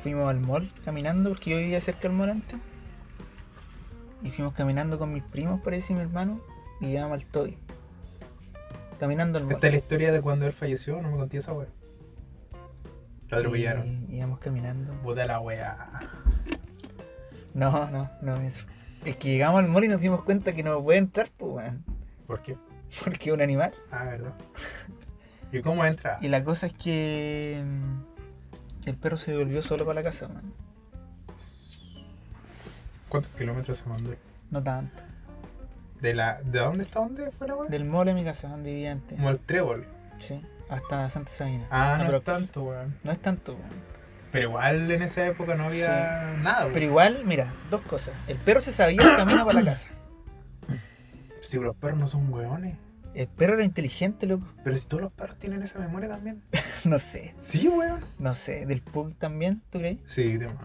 Speaker 1: fuimos al mall caminando, porque yo vivía cerca del mall antes. Y fuimos caminando con mis primos, parece, y mi hermano, y llegamos al Toy. Caminando al mall.
Speaker 2: Esta Este es la historia de cuando él falleció, no me conté esa wea. Lo atropellaron.
Speaker 1: Y íbamos caminando.
Speaker 2: Puta la wea.
Speaker 1: No, no, no eso. Es que llegamos al mall y nos dimos cuenta que no puede entrar, pues, weón.
Speaker 2: ¿Por qué?
Speaker 1: Porque es un animal.
Speaker 2: Ah, verdad. ¿Y cómo entra?
Speaker 1: Y la cosa es que. mm, El perro se devolvió solo para la casa, weón.
Speaker 2: ¿Cuántos kilómetros se mandó?
Speaker 1: No tanto.
Speaker 2: ¿De la de dónde está dónde fue la wea?
Speaker 1: Del mall a mi casa, donde vivía antes.
Speaker 2: Como el trébol.
Speaker 1: Sí. Hasta Santa Sabina.
Speaker 2: Ah, no,
Speaker 1: pero
Speaker 2: es tanto, weón.
Speaker 1: no es tanto, weón.
Speaker 2: Pero igual en esa época no había nada,
Speaker 1: Pero
Speaker 2: weón.
Speaker 1: igual, mira, dos cosas. El perro se sabía el camino para la casa.
Speaker 2: Si los perros no son weones.
Speaker 1: El perro era inteligente, loco.
Speaker 2: Pero si todos los perros tienen esa memoria también.
Speaker 1: No sé,
Speaker 2: Sí, weón.
Speaker 1: no sé. ¿Del pug también, tú crees?
Speaker 2: Sí, de más.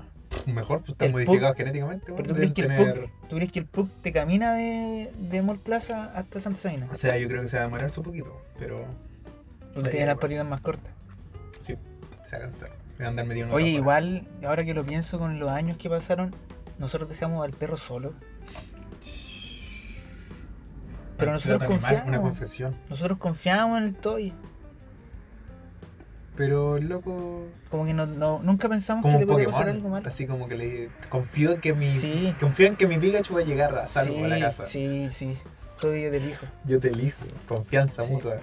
Speaker 2: Mejor, pues están
Speaker 1: El
Speaker 2: modificados genéticamente, weón.
Speaker 1: ¿Pero tú crees,
Speaker 2: deben
Speaker 1: que el
Speaker 2: tener-
Speaker 1: pug, ¿Tú crees que el pug te camina de, de Mall Plaza hasta Santa Sabina?
Speaker 2: O sea, yo creo que se va a demorar su poquito, pero
Speaker 1: Porque
Speaker 2: ahí,
Speaker 1: tiene las
Speaker 2: bueno.
Speaker 1: patitas más cortas.
Speaker 2: se va a cansar. Le va a andar metido en una
Speaker 1: Oye,
Speaker 2: cámara.
Speaker 1: igual, ahora que lo pienso con los años que pasaron, nosotros dejamos al perro solo. Pero
Speaker 2: Maltrato
Speaker 1: nosotros
Speaker 2: animal, Una
Speaker 1: confiamos.
Speaker 2: confesión.
Speaker 1: Nosotros confiábamos en el toy.
Speaker 2: Pero, loco,
Speaker 1: Como que no, no- nunca pensamos
Speaker 2: como
Speaker 1: que
Speaker 2: un
Speaker 1: le podía pasar algo
Speaker 2: Pokémon.
Speaker 1: malo.
Speaker 2: Así como que le confío en que mi.
Speaker 1: Sí,
Speaker 2: Confío en que mi Pikachu va a llegar a salvo
Speaker 1: sí,
Speaker 2: a la casa.
Speaker 1: sí, sí. Todo yo te elijo.
Speaker 2: Yo te elijo. Confianza
Speaker 1: Sí.
Speaker 2: mutua.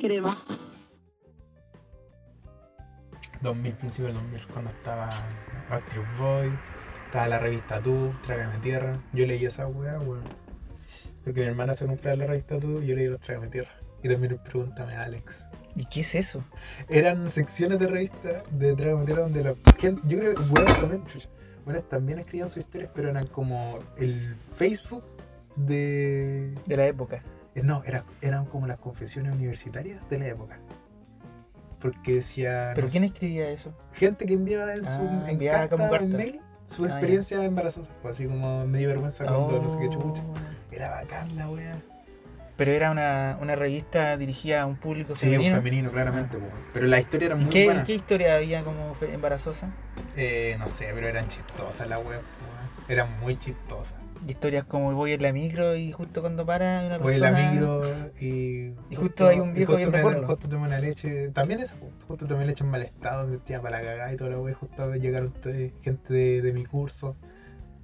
Speaker 3: crema.
Speaker 2: 2000, principio del 2000, cuando estaba Backstreet Boy, estaba la revista Tú, Trágame Tierra. Yo leí esa weá, weón. Porque mi hermana se compraba la revista Tú y yo leí los Trágame Tierra. Y también pregúntame a Alex.
Speaker 1: ¿Y qué es eso?
Speaker 2: Eran secciones de revista de Trágame Tierra donde la gente, yo creo que weas también, chucha, weas también escribían sus historias, pero eran como el Facebook de...
Speaker 1: De la época.
Speaker 2: Eh, No, era- eran como las confesiones universitarias de la época. Porque decía...
Speaker 1: ¿Pero
Speaker 2: no
Speaker 1: quién
Speaker 2: sé,
Speaker 1: escribía eso?
Speaker 2: gente que enviaba en su
Speaker 1: Ah,
Speaker 2: en
Speaker 1: enviaba
Speaker 2: carta,
Speaker 1: como
Speaker 2: en
Speaker 1: carta.
Speaker 2: mail su
Speaker 1: Ah, ya.
Speaker 2: experiencia embarazosa. Fue así como me dio vergüenza cuando no sé qué chucha.
Speaker 1: Oh.
Speaker 2: Era bacán la wea.
Speaker 1: Pero era una, una revista dirigida a un público
Speaker 2: Sí, un
Speaker 1: femenino.
Speaker 2: femenino, claramente. po. Pero la historia era
Speaker 1: ¿Y
Speaker 2: muy
Speaker 1: qué,
Speaker 2: buena.
Speaker 1: qué historia había como fe- embarazosa?
Speaker 2: Eh, no sé, pero eran chistosas las weas. po. Eran muy chistosas.
Speaker 1: Y Historias como voy en la micro y justo cuando para hay una
Speaker 2: Voy en
Speaker 1: persona...
Speaker 2: la micro y.
Speaker 1: Y justo hay un
Speaker 2: y
Speaker 1: viejo
Speaker 2: justo
Speaker 1: viendo
Speaker 2: me-
Speaker 1: porno.
Speaker 2: Justo tomé una leche. También esa, po. justo tomé leche en mal estado, me sentía para la cagada y toda la wea. Justo llegaron ustedes, gente de, de mi curso.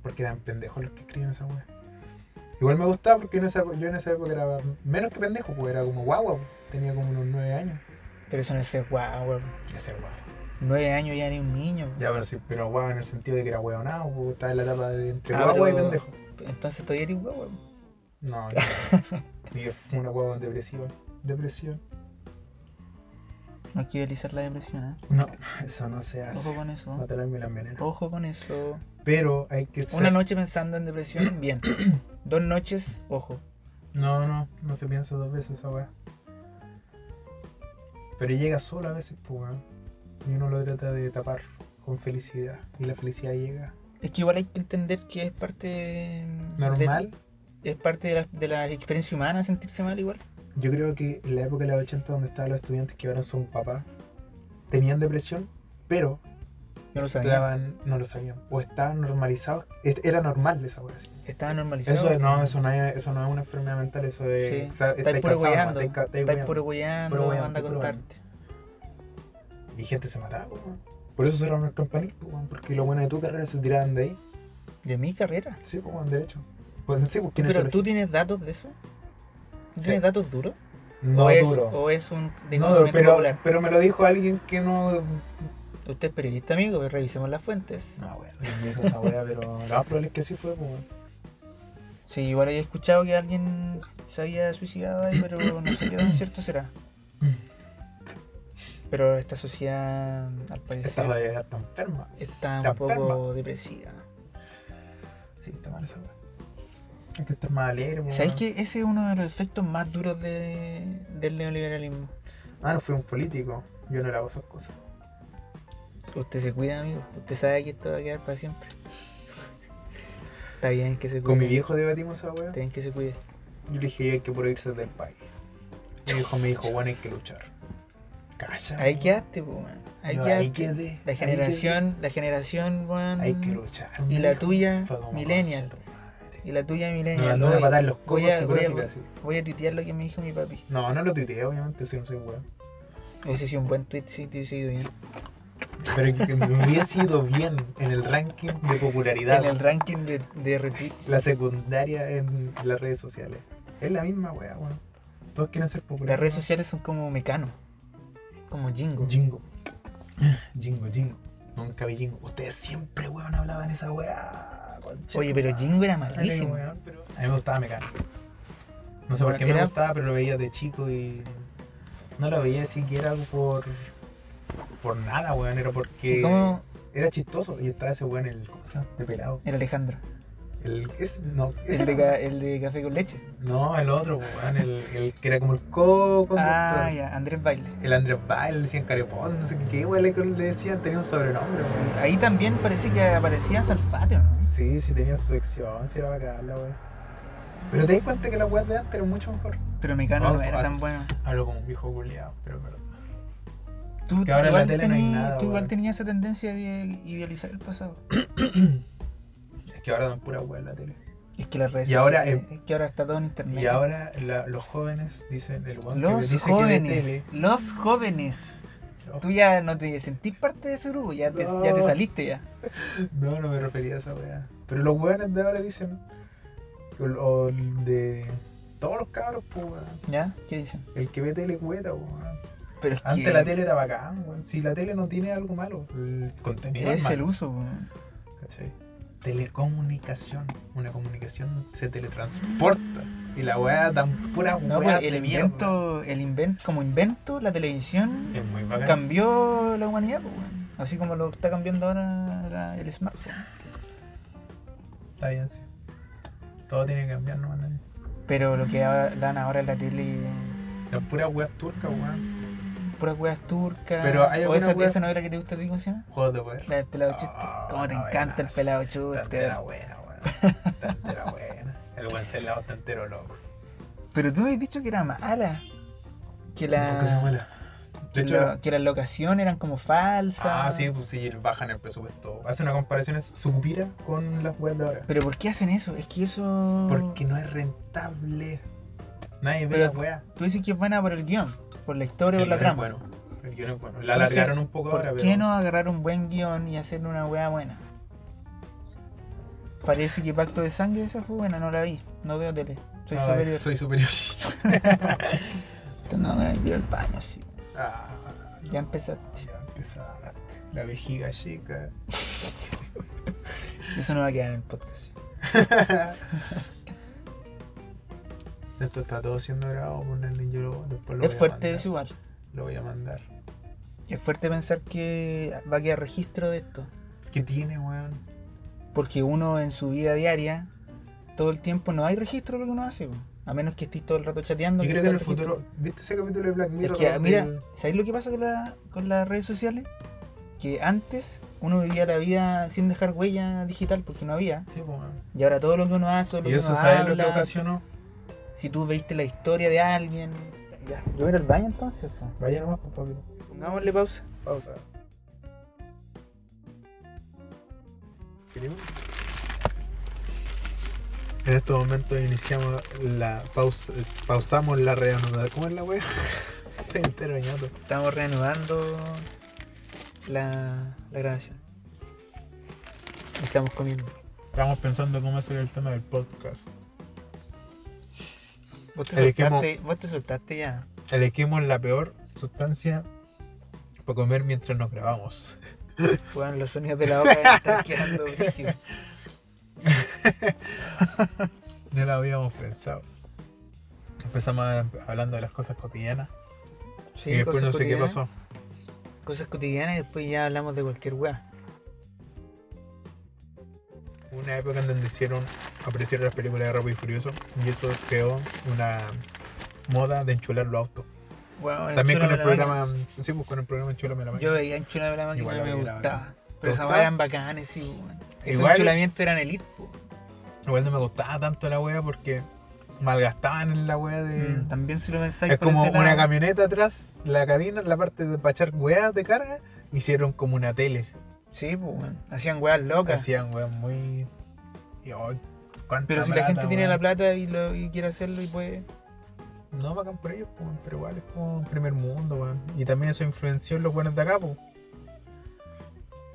Speaker 2: Porque eran pendejos los que escribían esa wea. Igual me gustaba porque en esa- yo en esa época era menos que pendejo, pues era como guagua, po. tenía como unos 9 años.
Speaker 1: Pero eso no es guau, weón.
Speaker 2: Ya sé, guau.
Speaker 1: Nueve años ya ni un niño.
Speaker 2: Ya, pero sí, pero guau en el sentido de que era hueonado, po, estaba en la etapa de entre
Speaker 1: Ah,
Speaker 2: guagua y
Speaker 1: pero-
Speaker 2: pendejo.
Speaker 1: Entonces todavía eres guau, weón.
Speaker 2: No, yo- y es una guagua depresiva. Depresión.
Speaker 1: No quiero alisar la depresión, ¿eh?
Speaker 2: No, eso no se
Speaker 1: Ojo
Speaker 2: hace.
Speaker 1: con eso.
Speaker 2: Matarme la envenena.
Speaker 1: Ojo con eso.
Speaker 2: Pero hay que ser.
Speaker 1: Una noche pensando en depresión, bien. Dos noches, ojo.
Speaker 2: No, no, no se piensa dos veces esa weá. Pero llega solo a veces, pues weón. Y uno lo trata de tapar con felicidad. Y la felicidad llega.
Speaker 1: Es que igual hay que entender que es parte...
Speaker 2: Normal.
Speaker 1: de- es parte de la, de la experiencia humana sentirse mal igual.
Speaker 2: Yo creo que en la época de los 80 donde estaban los estudiantes que ahora son papás, tenían depresión, pero
Speaker 1: No lo sabía.
Speaker 2: estaban, no lo sabían. O estaban normalizados. Est- Era normal esa weá. sí.
Speaker 1: Estaba normalizado.
Speaker 2: Eso no, eso no es, eso no es una enfermedad mental, eso
Speaker 1: Sí.
Speaker 2: es. sa-
Speaker 1: Estáis
Speaker 2: estáis
Speaker 1: puro
Speaker 2: cansados,
Speaker 1: hueando.
Speaker 2: estáis ca- estáis
Speaker 1: Estáis
Speaker 2: hueando.
Speaker 1: puro guayando,
Speaker 2: Puro hueando,
Speaker 1: anda a
Speaker 2: puro hueando.
Speaker 1: contarte.
Speaker 2: Y gente se mataba, po, weón. Por eso cerraron el campanil, po, weón, porque lo bueno de tu carrera se tiraban de ahí.
Speaker 1: De mi carrera.
Speaker 2: Sí, pues, weón, derecho. Pues sí,
Speaker 1: Pero
Speaker 2: pues,
Speaker 1: tú
Speaker 2: kinesiología.
Speaker 1: tienes datos de eso. ¿Tú
Speaker 2: Sí.
Speaker 1: ¿Tienes datos duros?
Speaker 2: No
Speaker 1: o es,
Speaker 2: duro.
Speaker 1: O es un de
Speaker 2: No duro,
Speaker 1: conocimiento
Speaker 2: pero,
Speaker 1: popular.
Speaker 2: pero me lo dijo alguien que no.
Speaker 1: Usted es periodista, amigo, revisemos las fuentes.
Speaker 2: No, weón, me dijo esa weá, pero lo más probable es que sí fue, po, weón.
Speaker 1: Sí, igual había escuchado que alguien se había suicidado ahí, pero no sé qué tan cierto será. Pero esta sociedad, al
Speaker 2: Esta
Speaker 1: parecer,
Speaker 2: weá está enferma.
Speaker 1: está
Speaker 2: está
Speaker 1: un poco depresiva.
Speaker 2: Sí, está mal esa weá. Hay que estar más alegre, po,
Speaker 1: ¿Sabéis
Speaker 2: weón.
Speaker 1: que ese es uno de los efectos más duros de, del neoliberalismo?
Speaker 2: Ah, no fui un político. Yo no le hago esas cosas.
Speaker 1: Usted se cuida, amigo. Usted sabe que esto va a quedar para siempre. Está bien que se cuide.
Speaker 2: Con mi viejo debatimos esa weá.
Speaker 1: Está bien que se cuide.
Speaker 2: Yo le dije, hay que irse del país. Mi hijo me dijo, bueno, hay que luchar. Calla.
Speaker 1: Ahí
Speaker 2: weón.
Speaker 1: quedaste, po, man. Ahí
Speaker 2: No,
Speaker 1: quedaste.
Speaker 2: ahí quedé.
Speaker 1: La
Speaker 2: ahí
Speaker 1: generación, la generación, weón.
Speaker 2: quedé. Hay que luchar.
Speaker 1: Y la tuya, millennial.
Speaker 2: milenial
Speaker 1: Y la tuya,
Speaker 2: No,
Speaker 1: Milenia.
Speaker 2: no, voy a patar los
Speaker 1: voy
Speaker 2: cocos
Speaker 1: a- voy a-
Speaker 2: psicológicos, así.
Speaker 1: Voy a tuitear lo que me dijo mi papi.
Speaker 2: No, no lo tuiteé, obviamente, si no soy weón.
Speaker 1: Hubiese sido un buen tweet si te hubiese ido bien.
Speaker 2: Pero que me hubiese ido bien en el ranking de popularidad.
Speaker 1: En el ranking de, de retweets.
Speaker 2: La secundaria en las redes sociales. Es la misma weá, weón. Todos quieren ser populares.
Speaker 1: Las redes sociales son como mecano. Como jingo.
Speaker 2: Jingo. Jingo, jingo. Nunca vi jingo. Ustedes siempre, weón, hablaban esa weá. concha
Speaker 1: Oye,
Speaker 2: tu
Speaker 1: pero
Speaker 2: madre.
Speaker 1: jingo era
Speaker 2: Dale,
Speaker 1: malísimo.
Speaker 2: weón, pero- A mí me gustaba Mecano. No sé por qué me
Speaker 1: Era-
Speaker 2: gustaba, pero lo veía de chico y. No lo veía siquiera por. por nada, weón. Era
Speaker 1: ¿Y
Speaker 2: porque.
Speaker 1: cómo
Speaker 2: Era chistoso y estaba ese weón en el cosa, de pelado.
Speaker 1: era Alejandro?
Speaker 2: El, es, no, ese
Speaker 1: El de,
Speaker 2: era-
Speaker 1: ca- el de café con leche.
Speaker 2: No, el otro, weón, el, el que era como el co-conductor.
Speaker 1: Ah, ya, Andrés Baile.
Speaker 2: El Andrés Bail, le decían Carepón, no sé qué, qué, weón, le le decían, tenía un sobrenombre,
Speaker 1: Sí,
Speaker 2: weón.
Speaker 1: Ahí también parece que aparecía Salfate, ¿no?
Speaker 2: Sí, sí, tenía su sección, sí era bacán la weón. Pero te das cuenta que la weón de antes era mucho mejor.
Speaker 1: Pero Mecano no,
Speaker 2: No,
Speaker 1: era
Speaker 2: ah,
Speaker 1: tan bueno.
Speaker 2: Hablo como un viejo culiado, pero es verdad.
Speaker 1: Tú,
Speaker 2: que ahora en la
Speaker 1: igual,
Speaker 2: tele no hay
Speaker 1: tení-
Speaker 2: nada,
Speaker 1: tú igual
Speaker 2: weón.
Speaker 1: tenías esa tendencia de idealizar el pasado.
Speaker 2: Es que ahora dan pura weón la tele.
Speaker 1: Es que las redes
Speaker 2: Y ahora,
Speaker 1: sociales- es que ahora está todo en internet.
Speaker 2: Y ahora la- los jóvenes dicen, el weón que
Speaker 1: los
Speaker 2: dice que ve
Speaker 1: jóvenes,
Speaker 2: tele. Oh,
Speaker 1: los jóvenes.
Speaker 2: No.
Speaker 1: Tú ya no te sentís parte de ese grupo, ya te, ya te
Speaker 2: No.
Speaker 1: saliste ya.
Speaker 2: No, no me refería a esa weá. Pero los weones de ahora dicen. O, o de. Todos los cabros, pues, weón.
Speaker 1: ¿Ya? ¿Qué dicen?
Speaker 2: El que ve tele cueta, weón.
Speaker 1: Pero es
Speaker 2: Antes
Speaker 1: que
Speaker 2: la tele era bacán, weón. Si la tele no tiene algo malo, el contenido es,
Speaker 1: es el
Speaker 2: malo.
Speaker 1: uso. weón.
Speaker 2: ¿cachai? Telecomunicación. Una comunicación se teletransporta. Y la weá dan pura
Speaker 1: No,
Speaker 2: weá.
Speaker 1: pues, el invento, el invento, como invento, la televisión
Speaker 2: Es muy bacán.
Speaker 1: cambió la humanidad, pues, weón. así como lo está cambiando ahora la- el smartphone.
Speaker 2: Está bien, sí. Todo tiene que cambiar, no más nadie.
Speaker 1: Pero lo que a- dan ahora en la tele,
Speaker 2: Las puras weas turcas, weón.
Speaker 1: puras weas turcas.
Speaker 2: Pero hay
Speaker 1: o
Speaker 2: alguna
Speaker 1: esa,
Speaker 2: wea-
Speaker 1: esa novela que te gusta a ti, ¿cómo se llama?
Speaker 2: Juegos de poder.
Speaker 1: La del pelado chiste.
Speaker 2: Ah,
Speaker 1: Como te
Speaker 2: novelazo.
Speaker 1: encanta el pelado
Speaker 2: Está
Speaker 1: chiste.
Speaker 2: entera buena, weón. Está entera buena. El buen celado está entero loco.
Speaker 1: Pero tú habías dicho que era mala. Que la.
Speaker 2: Nunca se muela. De
Speaker 1: que
Speaker 2: hecho,
Speaker 1: la- que las locaciones eran como falsas.
Speaker 2: ah, sí, pues sí, bajan el presupuesto. Hacen una comparación supira con las weas de ahora.
Speaker 1: Pero ¿por qué hacen eso? Es que eso.
Speaker 2: Porque no es rentable. Nadie ve
Speaker 1: Pero-
Speaker 2: la wea.
Speaker 1: Tú dices que es buena por el guión, por la historia,
Speaker 2: El
Speaker 1: por la
Speaker 2: guion
Speaker 1: trama.
Speaker 2: es bueno. El guion es bueno. La
Speaker 1: Entonces,
Speaker 2: alargaron un poco ahora,
Speaker 1: ¿Por
Speaker 2: pero.
Speaker 1: qué no agarrar un buen guión y hacer una wea buena? Parece que Pacto de Sangre esa fue buena, no la vi. No veo tele. Soy
Speaker 2: Ay,
Speaker 1: superior.
Speaker 2: soy superior.
Speaker 1: No, me quiero el baño, sí.
Speaker 2: Ah,
Speaker 1: Ya empezaste.
Speaker 2: ya empezaste. La vejiga chica.
Speaker 1: Eso no va a quedar en el podcast.
Speaker 2: Esto está todo siendo grabado por el yo después lo
Speaker 1: Es
Speaker 2: voy a
Speaker 1: fuerte
Speaker 2: mandar.
Speaker 1: eso igual.
Speaker 2: Lo voy a mandar.
Speaker 1: Es fuerte pensar que va a quedar registro de esto.
Speaker 2: ¿Qué tiene, weón?
Speaker 1: Porque uno en su vida diaria, todo el tiempo, no hay registro de lo que uno hace. po. A menos que estés todo el rato chateando.
Speaker 2: Yo creo
Speaker 1: está
Speaker 2: que en el
Speaker 1: registro.
Speaker 2: futuro. ¿Viste ese capítulo de Black Mirror?
Speaker 1: Es que,
Speaker 2: donde
Speaker 1: mira,
Speaker 2: el-
Speaker 1: ¿sabéis lo que pasa con, la- con las redes sociales? Que antes uno vivía la vida sin dejar huella digital porque no había.
Speaker 2: Sí, po, weón.
Speaker 1: Y ahora todo lo que uno hace, todo lo
Speaker 2: Y
Speaker 1: que
Speaker 2: eso,
Speaker 1: uno
Speaker 2: ¿sabes lo que
Speaker 1: habla,
Speaker 2: ocasionó?
Speaker 1: si tú veiste la historia de alguien. Ya, yo voy a ir al baño entonces. po.
Speaker 2: Vaya nomás, pues, Pablo.
Speaker 1: Pongámosle pausa.
Speaker 2: Pausa. En estos momentos iniciamos la pausa, pausamos la reanudación. ¿Cómo es la wea? Estoy entero ñato.
Speaker 1: Estamos reanudando la, la grabación. Estamos comiendo.
Speaker 2: Estamos pensando cómo hacer el tema del podcast.
Speaker 1: Vos te,
Speaker 2: Elegimos-
Speaker 1: soltaste, vos te soltaste ya.
Speaker 2: Elegimos la peor sustancia para comer mientras nos grabamos.
Speaker 1: Bueno, los sonidos de la boca deben estar quedando brígidos.
Speaker 2: No la habíamos pensado. Empezamos a- hablando de las cosas cotidianas
Speaker 1: Sí,
Speaker 2: y después
Speaker 1: cosas
Speaker 2: no sé qué
Speaker 1: cotidianas-
Speaker 2: pasó.
Speaker 1: Cosas cotidianas y después ya hablamos de cualquier weá.
Speaker 2: Una época en donde hicieron, aparecieron las películas de Rápido y Furioso y eso creó una moda de enchular los autos.
Speaker 1: Bueno, en
Speaker 2: También
Speaker 1: Chula
Speaker 2: con el
Speaker 1: me la
Speaker 2: programa, sí, pues, con el programa Enchulame la
Speaker 1: Máquina.
Speaker 2: Máquina.
Speaker 1: Yo veía Enchula de la máquina
Speaker 2: Igual
Speaker 1: y
Speaker 2: la
Speaker 1: me
Speaker 2: vi, la
Speaker 1: gustaba.
Speaker 2: verdad.
Speaker 1: Pero esas
Speaker 2: gustaba?
Speaker 1: weas eran bacanes, sí, weón. Esos
Speaker 2: Igual-
Speaker 1: enchulamientos eran elite, po.
Speaker 2: Igual no me gustaba tanto la wea porque malgastaban en la wea de...
Speaker 1: Mm, También si lo pensáis
Speaker 2: Es
Speaker 1: por
Speaker 2: como
Speaker 1: ese
Speaker 2: una
Speaker 1: lado,
Speaker 2: camioneta atrás, la cabina, la parte de pachar weas de carga, hicieron como una tele.
Speaker 1: Sí, po, weón. Hacían weas locas.
Speaker 2: Hacían weas muy. y, oh, cuánta
Speaker 1: Pero si la
Speaker 2: plata,
Speaker 1: gente tiene
Speaker 2: weón.
Speaker 1: la plata y, lo, y quiere hacerlo y puede...
Speaker 2: No pagan por ellos, po, pero igual es como un primer mundo, weón. Y también eso influenció en los buenos de acá, po.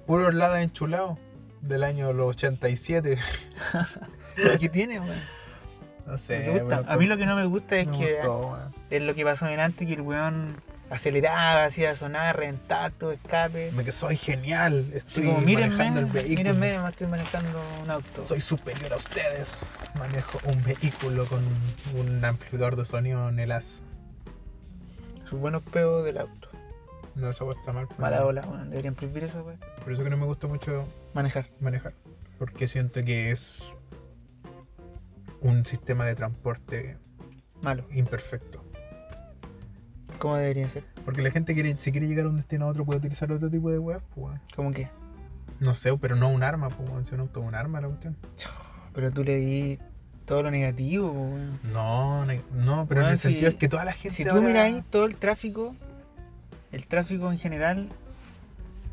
Speaker 2: Puro lado enchulado del año los 87.
Speaker 1: ¿Qué tiene, weón?
Speaker 2: No
Speaker 1: No
Speaker 2: sé.
Speaker 1: te gusta.
Speaker 2: weón,
Speaker 1: A mí lo que no me gusta es
Speaker 2: pues, me
Speaker 1: que...
Speaker 2: gustó, weón.
Speaker 1: es lo que pasó delante que el weón aceleraba, hacía sonar, reventar todo escape.
Speaker 2: Me que soy genial,
Speaker 1: Así
Speaker 2: estoy
Speaker 1: como,
Speaker 2: manejando
Speaker 1: mírenme,
Speaker 2: el vehículo.
Speaker 1: mírenme, además estoy manejando un auto.
Speaker 2: Soy superior a ustedes. Manejo un vehículo con un amplificador de sonido en el as.
Speaker 1: Sus buenos peos del auto.
Speaker 2: No, eso está mal. pero-
Speaker 1: Mala ola, weón. Deberían prohibir esa weón.
Speaker 2: Por eso que no me gusta mucho
Speaker 1: Manejar.
Speaker 2: manejar. Porque siento que es un sistema de transporte
Speaker 1: Malo.
Speaker 2: imperfecto.
Speaker 1: ¿Cómo debería ser?
Speaker 2: Porque la gente quiere, si quiere llegar a un destino a otro puede utilizar otro tipo de web, pues weón.
Speaker 1: ¿Cómo que?
Speaker 2: No sé, pero no un arma, pues weón. Si un auto es un arma la cuestión.
Speaker 1: Pero tú le di todo lo negativo, po, weón.
Speaker 2: No, no, no, pero en
Speaker 1: Weón,
Speaker 2: el
Speaker 1: si-
Speaker 2: sentido es que toda la gente.
Speaker 1: Si tú
Speaker 2: ahora-
Speaker 1: miras ahí todo el tráfico, el tráfico en general,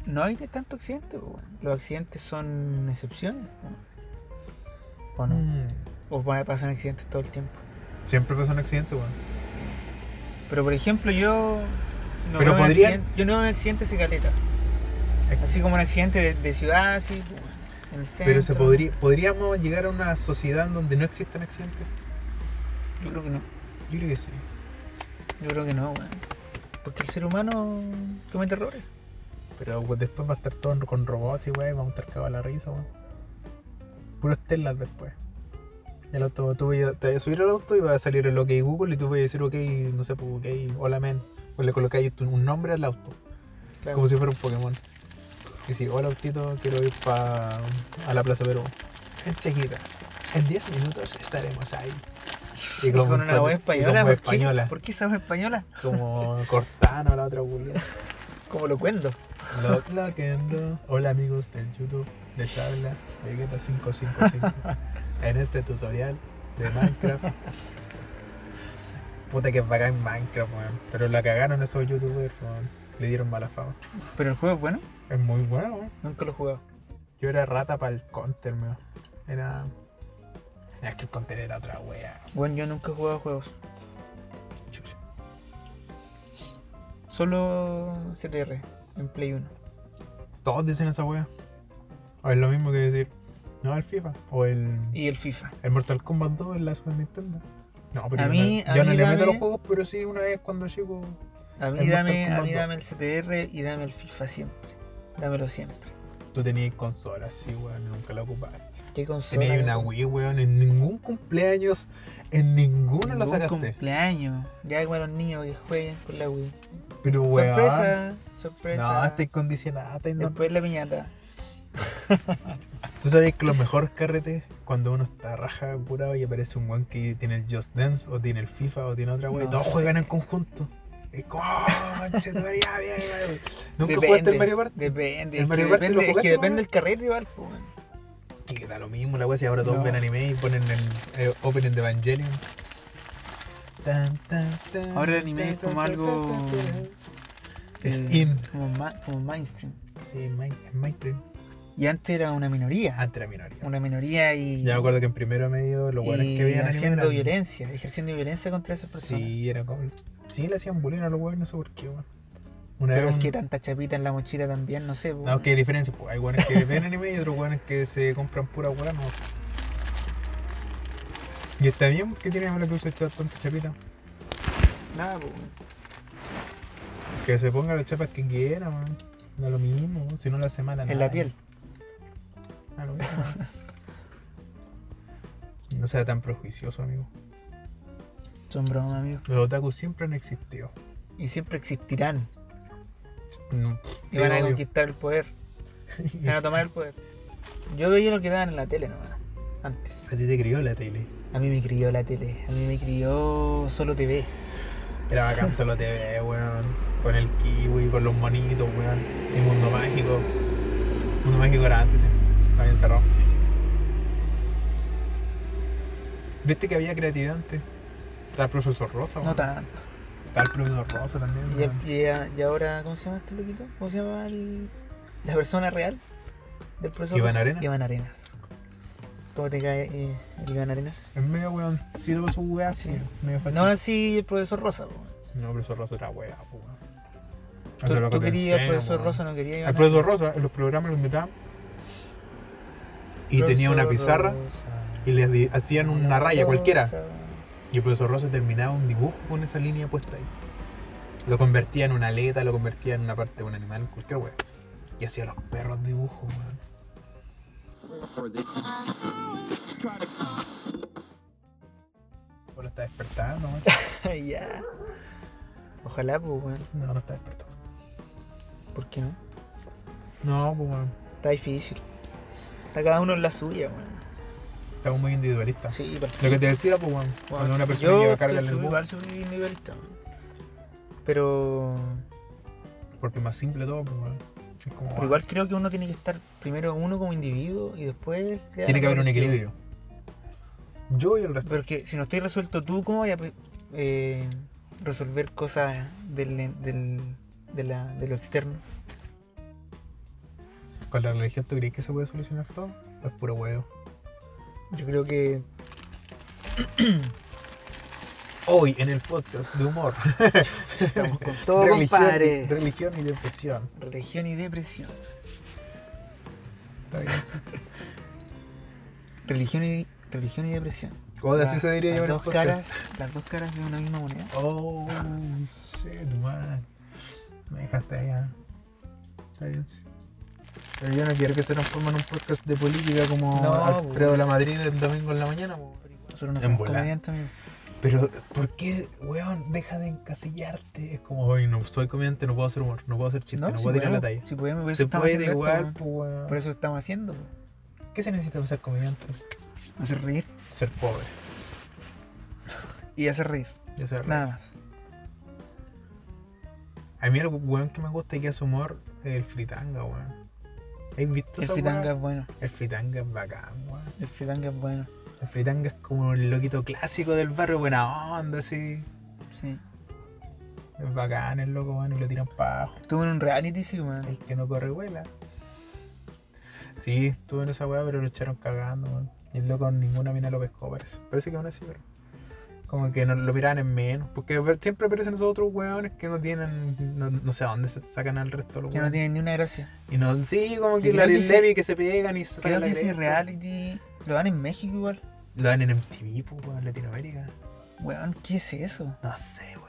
Speaker 1: no hay de tanto accidente, po, weón. Los accidentes son excepciones, po. ¿O no?
Speaker 2: Mm,
Speaker 1: O pa- pasan accidentes todo el tiempo.
Speaker 2: Siempre pasa un accidente, weón.
Speaker 1: Pero por ejemplo, yo no
Speaker 2: Pero
Speaker 1: veo un
Speaker 2: podrían-
Speaker 1: accidente- yo no veo accidentes de caleta.
Speaker 2: Es-
Speaker 1: Así como un accidente de, de ciudad, así, pues, en el centro.
Speaker 2: Pero se podría, podríamos llegar a una sociedad en donde no existan accidentes.
Speaker 1: Yo creo que no,
Speaker 2: Yo creo que sí.
Speaker 1: yo creo que no, weón. Porque el ser humano comete errores.
Speaker 2: Pero pues, después va a estar todo con robots y wey, vamos a estar cagados a la risa, weón. Puros telas después. El auto, tú vayas- te vas a subir al auto y va a salir el OK Google y tú vas a decir OK, no sé, pues OK, hola men. O le colocáis tu- un nombre al auto,
Speaker 1: Claro.
Speaker 2: como si fuera un Pokémon. Y si, hola autito, quiero ir pa, a la Plaza Perú. Enseguida, en 10 minutos estaremos ahí. Y
Speaker 1: con, una
Speaker 2: chat-
Speaker 1: voz
Speaker 2: y
Speaker 1: española,
Speaker 2: con voz
Speaker 1: ¿por qué?
Speaker 2: española.
Speaker 1: ¿Por qué esa voz española?
Speaker 2: Como Cortana, la otra culia.
Speaker 1: Como lo cuento.
Speaker 2: Lo cloquendo. Hola amigos del YouTube, les habla Vegeta555 en este tutorial de Minecraft. Puta que bacán Minecraft, weón. Pero la cagaron esos youtubers, weón. Le dieron mala fama.
Speaker 1: Pero el juego es bueno,
Speaker 2: Es muy bueno, weón.
Speaker 1: nunca lo he jugado.
Speaker 2: Yo era rata para el counter, weón. Era. Es que el counter era otra wea.
Speaker 1: Bueno, yo nunca he jugado juegos.
Speaker 2: Chucha.
Speaker 1: Solo CTR en Play 1.
Speaker 2: Todos dicen esa wea. O es lo mismo que decir. No, el FIFA. O el.
Speaker 1: Y el FIFA.
Speaker 2: El Mortal Kombat 2 en la Super Nintendo. No, pero
Speaker 1: A
Speaker 2: yo,
Speaker 1: mí-
Speaker 2: no,
Speaker 1: a
Speaker 2: yo
Speaker 1: mí
Speaker 2: no le meto a
Speaker 1: dame-
Speaker 2: los juegos, pero sí una vez cuando llego.
Speaker 1: A mí,
Speaker 2: El
Speaker 1: dame,
Speaker 2: Mortal
Speaker 1: a mí
Speaker 2: Kombat
Speaker 1: dame el CTR y dame el FIFA siempre. Dámelo siempre.
Speaker 2: Tú tenías consolas, sí, weón, y nunca la ocupaste.
Speaker 1: ¿Qué consola?
Speaker 2: Tenías una
Speaker 1: weón?
Speaker 2: Wii, weón, en ningún cumpleaños, en ninguno la
Speaker 1: Ningún
Speaker 2: sacaste.
Speaker 1: cumpleaños. Ya como a los niños que jueguen con la Wii.
Speaker 2: Pero, weón,
Speaker 1: Sorpresa,
Speaker 2: no, este
Speaker 1: sorpresa.
Speaker 2: estás condicionada. estás no-
Speaker 1: Después la piñata.
Speaker 2: Tú sabes que los mejores carretes, cuando uno está raja, curado y aparece un weón que tiene el Just Dance, o tiene el FIFA, o tiene otra weón,
Speaker 1: No
Speaker 2: todos
Speaker 1: sé.
Speaker 2: juegan en conjunto. Es como, ¡oh, conche tu madre, ya, bien, ya, weón! ¿Nunca
Speaker 1: Depende,
Speaker 2: jugaste el Mario Party?
Speaker 1: Depende.
Speaker 2: ¿El
Speaker 1: es que
Speaker 2: Mario Party lo
Speaker 1: depende, es
Speaker 2: jugaste,
Speaker 1: que depende
Speaker 2: weón?
Speaker 1: del carrete igual, po, weón.
Speaker 2: Que da lo mismo la wea si ahora todos
Speaker 1: No.
Speaker 2: ven anime y ponen el eh, opening de Evangelion. Tan, tan, tan,
Speaker 1: Ahora el anime
Speaker 2: tan,
Speaker 1: es como
Speaker 2: tan, tan,
Speaker 1: algo-
Speaker 2: tan, tan. Es
Speaker 1: Eh,
Speaker 2: in.
Speaker 1: Como, ma- como mainstream.
Speaker 2: Sí, en Main- en Minecraft.
Speaker 1: Y antes era una minoría.
Speaker 2: Antes era minoría.
Speaker 1: Una minoría y.
Speaker 2: Ya me acuerdo que en primero medio los
Speaker 1: y
Speaker 2: weones que veían anime.
Speaker 1: haciendo
Speaker 2: eran-
Speaker 1: violencia, ejerciendo violencia contra esas personas.
Speaker 2: Sí, era como. Sí, le hacían bullying a los weones, no sé por qué, weón. Una
Speaker 1: Pero
Speaker 2: vez
Speaker 1: es
Speaker 2: un-
Speaker 1: que tanta chapita en la mochila también, no sé. po,
Speaker 2: No,
Speaker 1: weón.
Speaker 2: que hay diferencia, pues. Hay weones que ven anime y otros weones que se compran pura weá, no. Y está bien que tienen la cruz hecha tanta chapita.
Speaker 1: Nada, po, weón.
Speaker 2: Que se ponga las chapas que quiera, weón. Da lo mismo, weón. si no la semana
Speaker 1: En la piel.
Speaker 2: Da lo mismo. weón. no sea tan prejuicioso, amigo.
Speaker 1: Son bromas, amigos.
Speaker 2: Los otakus siempre han existido.
Speaker 1: Y siempre existirán.
Speaker 2: No,
Speaker 1: Y
Speaker 2: sí,
Speaker 1: van a
Speaker 2: obvio.
Speaker 1: conquistar el poder. Se van a tomar el poder. Yo veía lo que daban en la tele nomás. Antes.
Speaker 2: A ti te crió la tele.
Speaker 1: A mí me crió la tele. A mí me crió solo TV.
Speaker 2: Era bacán solo TV, weón. Con el kiwi, con los monitos, weón. El mundo mágico. mundo mágico era antes, sí. Estaba bien cerrado. ¿Viste que había creatividad antes? Estaba el profesor Rosa,
Speaker 1: No
Speaker 2: weón.
Speaker 1: tanto.
Speaker 2: Está el profesor Rosa también,
Speaker 1: Y,
Speaker 2: weón.
Speaker 1: el- y a- y ahora, ¿cómo se llama este loquito? ¿Cómo se llama el- la persona real del profesor?
Speaker 2: Iván
Speaker 1: Rosa?
Speaker 2: Arenas.
Speaker 1: Iván Arenas. ¿Cómo te cae eh, el Iván Arenas?
Speaker 2: Es medio weón, sí lo su weá, Ah, sí,
Speaker 1: Sí.
Speaker 2: medio
Speaker 1: No
Speaker 2: fachito.
Speaker 1: así el profesor Rosa. po.
Speaker 2: No, pero profesor Rosa era weá, po, weón. Eso es
Speaker 1: Tú,
Speaker 2: Ah, lo
Speaker 1: tú
Speaker 2: que te
Speaker 1: querías al
Speaker 2: enseñan,
Speaker 1: profesor
Speaker 2: weón.
Speaker 1: Rosa, no querías Iván
Speaker 2: Al profesor Rosa, en los programas lo invitaban. Y tenía una pizarra y les di- hacían una raya cualquiera. Y el profesor Rosa terminaba un dibujo con esa línea puesta ahí. Lo convertía en una aleta, lo convertía en una parte de un animal, cualquier weá. Y hacía los perros dibujos, weón. Ahora está despertando, weón.
Speaker 1: ya. Ojalá, pues, weón.
Speaker 2: No, no está despertando.
Speaker 1: ¿Por qué no?
Speaker 2: No, pues weón.
Speaker 1: Está difícil. Está cada uno en la suya, weón.
Speaker 2: Estamos muy individualistas.
Speaker 1: Sí, pero-
Speaker 2: Lo que te decía, pues, weón, cuando una persona
Speaker 1: yo
Speaker 2: lleva carga en
Speaker 1: estoy
Speaker 2: el bus,
Speaker 1: igual soy individualista. weón. Pero,
Speaker 2: porque es más simple todo, pues, weón. Es como,
Speaker 1: pero
Speaker 2: weón,
Speaker 1: igual creo que uno tiene que estar primero uno como individuo y después... crear
Speaker 2: tiene que haber un
Speaker 1: colectivo.
Speaker 2: equilibrio. Yo y el resto.
Speaker 1: Porque si no estoy resuelto tú, ¿cómo voy a eh, resolver cosas del, del- de, la- de lo externo?
Speaker 2: Con la religión, ¿tú crees que se puede solucionar todo? Es puro huevo.
Speaker 1: Yo creo que
Speaker 2: Hoy en el podcast de humor,
Speaker 1: estamos con todo,
Speaker 2: religión, y,
Speaker 1: compadre.
Speaker 2: religión y depresión.
Speaker 1: Religión y depresión.
Speaker 2: Está bien, sí.
Speaker 1: Religión y, religión y depresión.
Speaker 2: O de
Speaker 1: La-
Speaker 2: así se debería
Speaker 1: las
Speaker 2: llevar el
Speaker 1: dos
Speaker 2: podcast.
Speaker 1: caras, Las dos caras de una misma moneda.
Speaker 2: Oh, shit, man. Me dejaste allá. Está bien, sí. Pero yo no quiero que se transforme en un podcast de política como
Speaker 1: No,
Speaker 2: Alfredo
Speaker 1: weón.
Speaker 2: La Madrid el domingo en la mañana. pues. po.
Speaker 1: Nosotros no
Speaker 2: En
Speaker 1: somos
Speaker 2: volá.
Speaker 1: comediantes, amigo.
Speaker 2: Pero, ¿por qué, weón? Deja de encasillarte. Es como, hoy no soy comediante, no puedo hacer humor, no puedo hacer chiste, no,
Speaker 1: si
Speaker 2: puedo tirar la
Speaker 1: podemos,
Speaker 2: talla.
Speaker 1: Si podemos, por eso
Speaker 2: Se
Speaker 1: estamos
Speaker 2: puede
Speaker 1: haciendo esto,
Speaker 2: igual, pues.
Speaker 1: weón.
Speaker 2: po, weón.
Speaker 1: Por eso estamos haciendo, weón.
Speaker 2: ¿Qué se necesita para ser comediante?
Speaker 1: hacer reír
Speaker 2: Ser pobre.
Speaker 1: y hacer reír,
Speaker 2: Yo sé,
Speaker 1: nada más.
Speaker 2: A mí el weón que me gusta y que hace humor es el fritanga, weón. ¿Has visto
Speaker 1: El
Speaker 2: esa
Speaker 1: fritanga
Speaker 2: weá?
Speaker 1: es bueno,
Speaker 2: El fritanga es bacán, weón.
Speaker 1: el fritanga es bueno,
Speaker 2: El fritanga es como el loquito clásico del barrio, buena onda, así.
Speaker 1: sí.
Speaker 2: Es bacán el loco, weón, y lo tiran para abajo.
Speaker 1: Estuvo en un reality, sí, weón.
Speaker 2: El que no corre vuela. Sí, estuvo en esa weá, pero lo echaron cagando, weón. Y el loco ninguna mina lo pescó, parece. Parece que aún así, pero. Como que no lo miran en menos. Porque siempre aparecen esos otros weones que no tienen. No, no sé a dónde se sacan al resto de los
Speaker 1: Que no
Speaker 2: weones.
Speaker 1: tiene ni una gracia.
Speaker 2: Y no, sí, como
Speaker 1: Creo
Speaker 2: que
Speaker 1: que
Speaker 2: la Ariel
Speaker 1: sí.
Speaker 2: Levy que se pegan y se
Speaker 1: Creo
Speaker 2: sacan la
Speaker 1: que ese
Speaker 2: cresta.
Speaker 1: reality lo dan en México igual.
Speaker 2: Lo dan en MTV, pues, weón, en Latinoamérica.
Speaker 1: Weón, ¿qué es eso?
Speaker 2: No sé, weón.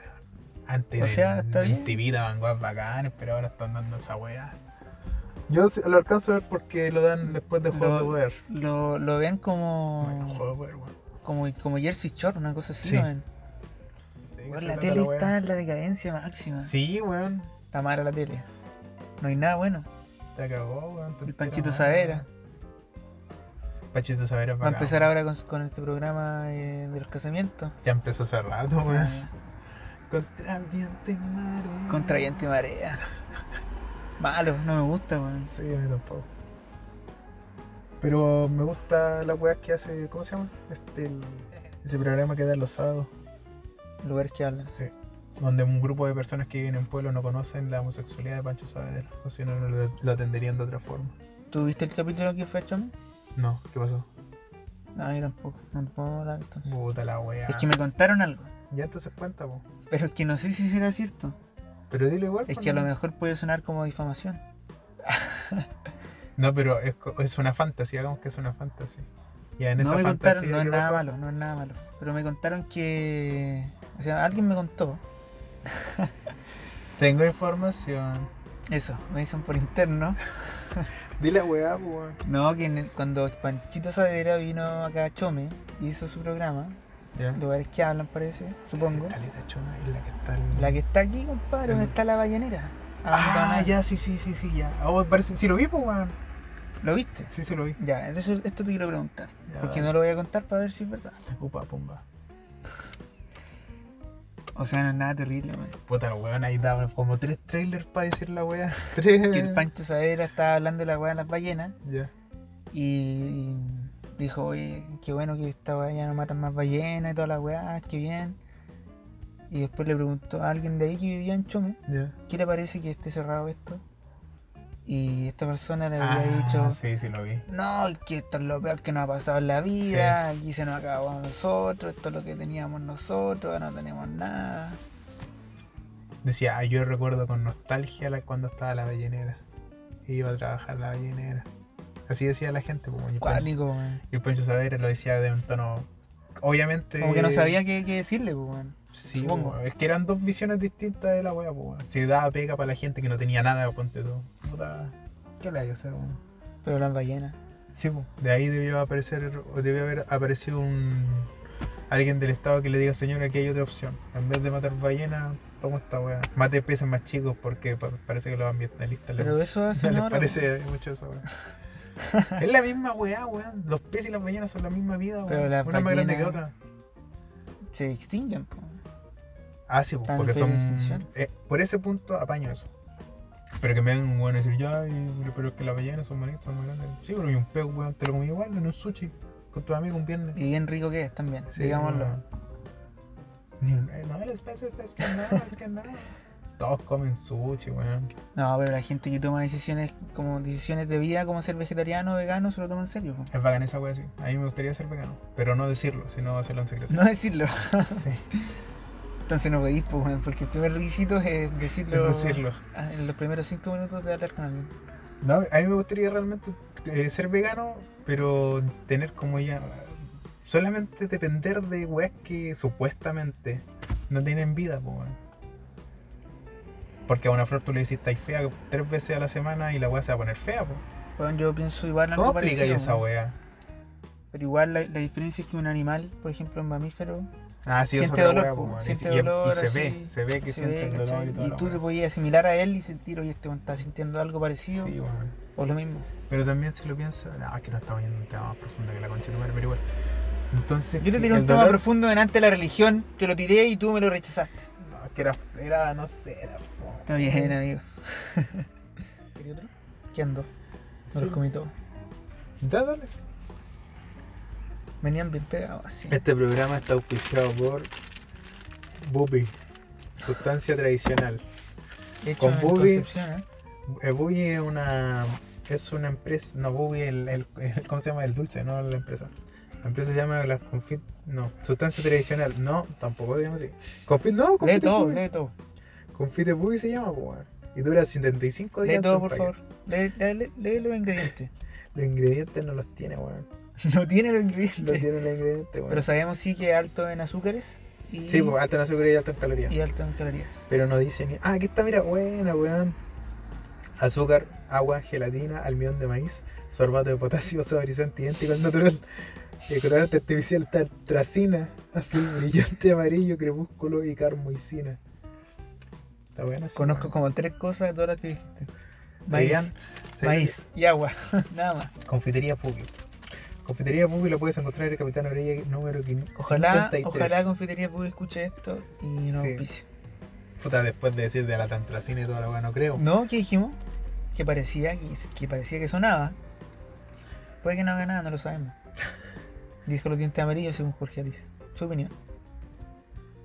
Speaker 2: Antes
Speaker 1: O sea,
Speaker 2: en
Speaker 1: está bien.
Speaker 2: MTV daban weas bacanes, pero ahora están dando esa weá. Yo sí- lo alcanzo a ver porque lo dan después de Juego
Speaker 1: Lo-
Speaker 2: de Poder.
Speaker 1: Lo, lo ven
Speaker 2: Bueno,
Speaker 1: como,
Speaker 2: Juego de Poder, weón.
Speaker 1: como como Jersey Shore, una cosa así,
Speaker 2: Sí.
Speaker 1: weón.
Speaker 2: Sí,
Speaker 1: Weón,
Speaker 2: se
Speaker 1: La
Speaker 2: trata
Speaker 1: tele
Speaker 2: weá.
Speaker 1: está en la decadencia máxima.
Speaker 2: Sí, weón.
Speaker 1: Está mala la tele. No hay nada bueno.
Speaker 2: Te cagó, weón.
Speaker 1: El Panchito Savera.
Speaker 2: Panchito Savera es
Speaker 1: Va a
Speaker 2: bacán,
Speaker 1: empezar
Speaker 2: weón.
Speaker 1: ahora con, con este programa eh, de los casamientos. Eh,
Speaker 2: Ya empezó hace
Speaker 1: Ah.
Speaker 2: rato, weón. Contra viento y marea.
Speaker 1: Contra viento y marea. Malo, no me gusta, weón.
Speaker 2: Sí, a mí tampoco. Pero me gusta la weá que hace, ¿cómo se llama? Este, el- ese programa que da los sábados.
Speaker 1: Lugares que hablan.
Speaker 2: donde un grupo de personas que viven en pueblos no conocen la homosexualidad de Pancho Saavedra, o si no, no lo, lo atenderían de otra forma.
Speaker 1: ¿Tú viste el capítulo que fue a Chome?
Speaker 2: No, ¿qué pasó?
Speaker 1: No, yo tampoco. No lo puedo hablar entonces.
Speaker 2: Puta la wea.
Speaker 1: Es que me contaron algo.
Speaker 2: Ya entonces cuenta, po.
Speaker 1: Pero es que no sé si será cierto.
Speaker 2: Pero dilo igual.
Speaker 1: Es
Speaker 2: po,
Speaker 1: que a
Speaker 2: no.
Speaker 1: lo mejor puede sonar como difamación.
Speaker 2: No, pero es, co- es una fantasía, hagamos que es una fantasía. Ya en
Speaker 1: no
Speaker 2: esa
Speaker 1: me
Speaker 2: fantasía.
Speaker 1: contaron, no es
Speaker 2: ¿qué
Speaker 1: nada
Speaker 2: pasó?
Speaker 1: malo, no es nada malo. Pero me contaron que. O sea, alguien me contó.
Speaker 2: Tengo información.
Speaker 1: Eso, me dicen por interno.
Speaker 2: Dile weá, po, weón.
Speaker 1: No, que en el- cuando Panchito Sadera vino acá a Chome, hizo su programa,
Speaker 2: Ya.
Speaker 1: lugares que hablan parece, supongo.
Speaker 2: Caleta chona es la que está. el-
Speaker 1: La que está aquí, compadre, donde
Speaker 2: Mm.
Speaker 1: está la ballenera.
Speaker 2: Ah,
Speaker 1: Abandonada.
Speaker 2: ya, sí, sí, sí, sí, ya. Ah, vos parece, sí lo vi, po, weón.
Speaker 1: ¿Lo viste?
Speaker 2: Sí, sí lo vi.
Speaker 1: Ya, entonces esto te quiero preguntar.
Speaker 2: Ya,
Speaker 1: Porque
Speaker 2: dale.
Speaker 1: no lo voy a contar para ver si es verdad.
Speaker 2: Upa, pumba.
Speaker 1: O sea, no es nada terrible, man.
Speaker 2: Puta, la weón, ahí daban como tres trailers para decir la wea. Tres.
Speaker 1: Que el Pancho Sadera estaba hablando de la weá de las ballenas
Speaker 2: Ya.
Speaker 1: y dijo, oye, qué bueno que esta weá ya no matan más ballenas y toda la weá, qué bien. Y después le preguntó a alguien de ahí que vivía en Chome,
Speaker 2: Ya.
Speaker 1: ¿qué le parece que esté cerrado esto? Y esta persona le había
Speaker 2: Ah,
Speaker 1: dicho,
Speaker 2: Sí, sí lo vi.
Speaker 1: no, que esto es lo peor que nos ha pasado en la vida, aquí se nos acabó a nosotros, esto es lo que teníamos nosotros, ahora no tenemos nada.
Speaker 2: Decía, ah, yo recuerdo con nostalgia la, cuando estaba la ballenera. Iba a trabajar la ballenera. Así decía la gente. Como, y, el Pancho,
Speaker 1: Cuático, weón.
Speaker 2: y el Pancho Saavedra lo decía de un tono. Obviamente.
Speaker 1: Como que no sabía qué, qué decirle, pues, weón.
Speaker 2: Sí,
Speaker 1: supongo.
Speaker 2: po, es que eran dos visiones distintas de la wea, po. Se daba pega para la gente que no tenía nada, ponte tú. Puta, ¿Qué le hay que hacer, weón?
Speaker 1: Pero las ballenas.
Speaker 2: Sí, po. de ahí debió aparecer, o debió haber aparecido un alguien del estado que le diga, señora, aquí hay otra opción. En vez de matar ballenas, toma esta weá. Mate peces más chicos porque pa- parece que los ambientalistas les-
Speaker 1: Pero eso
Speaker 2: no
Speaker 1: hace
Speaker 2: les
Speaker 1: ahora.
Speaker 2: parece mucho esa weá. es la misma weá, weón. Los peces y las ballenas son la misma vida, weón.
Speaker 1: Pero las
Speaker 2: Una más grande que
Speaker 1: ballenas-
Speaker 2: otra.
Speaker 1: Se extinguen. pues, po.
Speaker 2: Ah, sí, pues,
Speaker 1: Están en
Speaker 2: porque
Speaker 1: peligro de
Speaker 2: son.
Speaker 1: extinción.
Speaker 2: eh, por ese punto apaño eso. Pero que me vengan un weón a decir, ya, y- pero es que las ballenas son bonitas, son más grandes. Sí, pero y un pez, weón, te lo comí igual en un sushi con tu amigo un viernes.
Speaker 1: Y bien rico que es también,
Speaker 2: Sí,
Speaker 1: digámoslo.
Speaker 2: no. Ni un- eh, No, los peces, es que no, es que no. Todos comen sushi, weón.
Speaker 1: No, pero la gente que toma decisiones como decisiones de vida, como ser vegetariano o vegano, se lo toma en serio. pues. po.
Speaker 2: Es bacán esa weá, sí. A mí me gustaría ser vegano, pero no decirlo, sino hacerlo en secreto.
Speaker 1: No decirlo.
Speaker 2: Sí,
Speaker 1: Entonces no podís, po, weón, porque el primer requisito es decirlo,
Speaker 2: no decirlo.
Speaker 1: ah, en los primeros cinco minutos de hablar con alguien.
Speaker 2: No, a mí me gustaría realmente eh, ser vegano, pero tener como ya. Solamente depender de weas que supuestamente no tienen vida, po, weón. Porque a una flor tú le decís, estáis fea tres veces a la semana y la wea se va a poner fea, po.
Speaker 1: Weón, yo pienso igual en algo
Speaker 2: ¿Cómo explicáis
Speaker 1: parecido,
Speaker 2: esa
Speaker 1: weón.
Speaker 2: wea?
Speaker 1: Pero igual la, la diferencia es que un animal, por ejemplo, un mamífero,
Speaker 2: Ah, sí, es
Speaker 1: Siente
Speaker 2: otra
Speaker 1: dolor,
Speaker 2: wea,
Speaker 1: po,
Speaker 2: po, weón. Y-
Speaker 1: siente
Speaker 2: y, y
Speaker 1: dolor,
Speaker 2: se
Speaker 1: así,
Speaker 2: ve, se ve
Speaker 1: se
Speaker 2: que siente
Speaker 1: ve,
Speaker 2: el dolor
Speaker 1: ¿cachai?
Speaker 2: y todo.
Speaker 1: y tú te podías asimilar a él y sentir, oye, este weón está sintiendo algo parecido
Speaker 2: Sí, weón.
Speaker 1: o lo mismo.
Speaker 2: Pero también si lo pienso, no, es que no estamos yendo a un tema más profundo que la concha de tu madre, pero igual. Entonces,
Speaker 1: Yo te tiré
Speaker 2: el
Speaker 1: un tema
Speaker 2: dolor-
Speaker 1: profundo delante de la religión, te lo tiré y tú me lo rechazaste.
Speaker 2: No, es que era, era, no sé, era. fome.
Speaker 1: Está bien, amigo. ¿Qué ando? Me
Speaker 2: Sí.
Speaker 1: los comí todos.
Speaker 2: Ya, dale.
Speaker 1: Venían bien pegados, así.
Speaker 2: Este programa está auspiciado por Bubi, sustancia tradicional.
Speaker 1: De hecho,
Speaker 2: con
Speaker 1: en
Speaker 2: Bubi.
Speaker 1: Concepción, ¿eh?
Speaker 2: Eh, Bubi es una, es una empresa, no, Bubi es el, el, el- ¿cómo se llama? El dulce, no la empresa. La empresa se llama las confit, no, sustancia tradicional, no, tampoco digamos así. Confit, no,
Speaker 1: Lee
Speaker 2: confit.
Speaker 1: todo,
Speaker 2: Bubi.
Speaker 1: lee todo.
Speaker 2: Confite Bubi se llama, pues, weón. Y dura 75 días.
Speaker 1: Lee todo,
Speaker 2: en
Speaker 1: por
Speaker 2: paquete.
Speaker 1: favor. Lee, lee- lee- lee los ingredientes.
Speaker 2: Los ingredientes no los tiene, weón.
Speaker 1: No tiene los
Speaker 2: No
Speaker 1: ingredientes.
Speaker 2: tiene los ingredientes, weón.
Speaker 1: Pero sabemos sí que es alto en azúcares y,
Speaker 2: Sí, pues, alta en azúcar y alta en calorías.
Speaker 1: y alto en calorías.
Speaker 2: Pero no dice ni. Ah, aquí está, mira, buena, weón. Azúcar, agua, gelatina, almidón de maíz, sorbato de potasio, saborizante idéntico al natural. El colorante artificial está tracina, azul brillante, amarillo, crepúsculo y carmoicina. Está bueno. sí,
Speaker 1: Conozco
Speaker 2: weón.
Speaker 1: como tres cosas de todas las que dijiste. Maíz,
Speaker 2: Deberían- se-
Speaker 1: maíz y agua, nada más.
Speaker 2: Confitería Pupi. Confitería Pupi lo puedes encontrar en el Capitán Orella número 5.
Speaker 1: Ojalá, ojalá Confitería Pupi escuche esto y no
Speaker 2: Sí.
Speaker 1: auspicie.
Speaker 2: Puta, después de decir de la tantracina y toda la weá, no creo.
Speaker 1: No, ¿qué dijimos? Que parecía que, que parecía que sonaba. Puede que no haga nada, no lo sabemos. Dijo los dientes amarillos según Jorge Alice. Su opinión.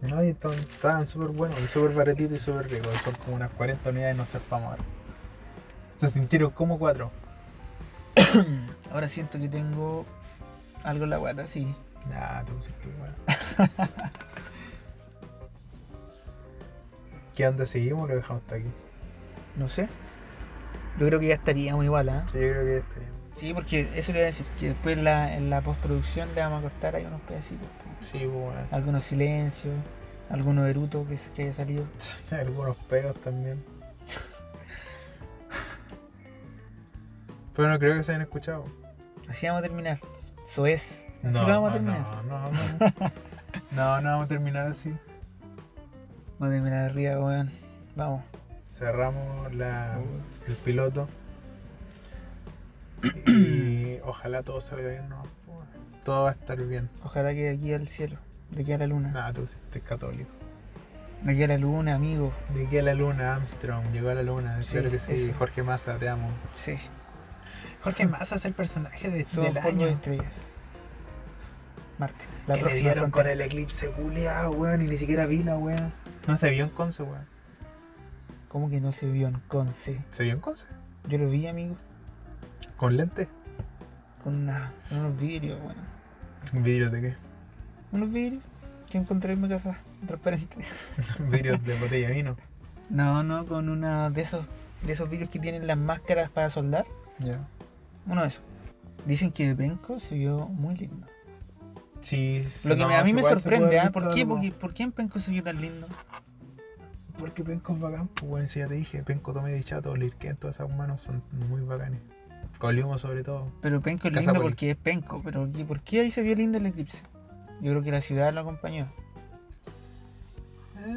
Speaker 2: No, y estaban- estaban súper buenos, y súper baratitos y súper ricos. Son como unas 40 unidades, no sé, vamos a ver. Se sintieron como cuatro.
Speaker 1: Ahora siento que tengo algo en la guata, sí.
Speaker 2: Nah, te pusiste igual. ¿Qué onda? ¿Seguimos o lo dejamos hasta aquí?
Speaker 1: No sé. Yo creo que ya estaríamos igual, ¿ah?
Speaker 2: Sí, yo creo que ya estaríamos.
Speaker 1: Sí, porque eso le iba a decir, que después en la, en la postproducción le vamos a cortar ahí unos pedacitos. po.
Speaker 2: Sí, pues, bueno.
Speaker 1: Algunos silencios, algunos erutos que, que haya salido.
Speaker 2: Algunos pedos también. Pero no creo que se hayan escuchado.
Speaker 1: Así vamos a terminar. Eso es. Así
Speaker 2: no,
Speaker 1: lo vamos a terminar.
Speaker 2: No, no, no. No, no vamos a terminar así.
Speaker 1: Vamos a terminar arriba, weón. Vamos.
Speaker 2: Cerramos la, el piloto. Y ojalá todo salga bien, ¿no? Todo va a estar bien.
Speaker 1: Ojalá que de aquí al cielo, de aquí a la luna.
Speaker 2: Nada, tú es católico.
Speaker 1: De aquí a la luna, amigo.
Speaker 2: De aquí a la luna, Armstrong, llegó a la luna,
Speaker 1: Sí,
Speaker 2: claro que sí,
Speaker 1: eso.
Speaker 2: Jorge Massa, te amo.
Speaker 1: Sí,
Speaker 2: Jorge Massa es el personaje de,
Speaker 1: somos
Speaker 2: del
Speaker 1: polvo
Speaker 2: año.
Speaker 1: de estrellas. Marte, la
Speaker 2: que le
Speaker 1: próxima
Speaker 2: dieron con
Speaker 1: frontera.
Speaker 2: el eclipse, culiao, weón, y ni siquiera vino, weón. No se vio en Conce, weón.
Speaker 1: ¿Cómo que no se vio en Conce?
Speaker 2: ¿Se vio en Conce?
Speaker 1: Yo lo vi, amigo,
Speaker 2: ¿Con lente?
Speaker 1: con, una- con unos vidrios, bueno.
Speaker 2: ¿Vidrios de qué?
Speaker 1: Unos vidrios que encontré en mi casa, transparente.
Speaker 2: ¿Vidrios de botella de vino?
Speaker 1: No, no, con uno de esos, de esos vidrios que tienen las máscaras para soldar.
Speaker 2: Ya.
Speaker 1: Uno de esos. Dicen que de Penco se vio muy lindo.
Speaker 2: Sí.
Speaker 1: Lo que
Speaker 2: no,
Speaker 1: me- a mí me
Speaker 2: igual se puede
Speaker 1: sorprende,
Speaker 2: haber
Speaker 1: ¿ah? ¿Por
Speaker 2: visto
Speaker 1: qué?
Speaker 2: algo.
Speaker 1: Porque- ¿Por qué en Penco se vio tan lindo?
Speaker 2: Porque Penco es bacán, pues weón, si ya te dije, Penco Tomé de Chato, Lirquén, todas esas manos son muy bacanes. Coliumo sobre todo.
Speaker 1: Pero Penco es
Speaker 2: Casa
Speaker 1: lindo
Speaker 2: Poli.
Speaker 1: porque es Penco, pero ¿y ¿por qué ahí se vio lindo el eclipse? Yo Ah. creo que la ciudad lo acompañó.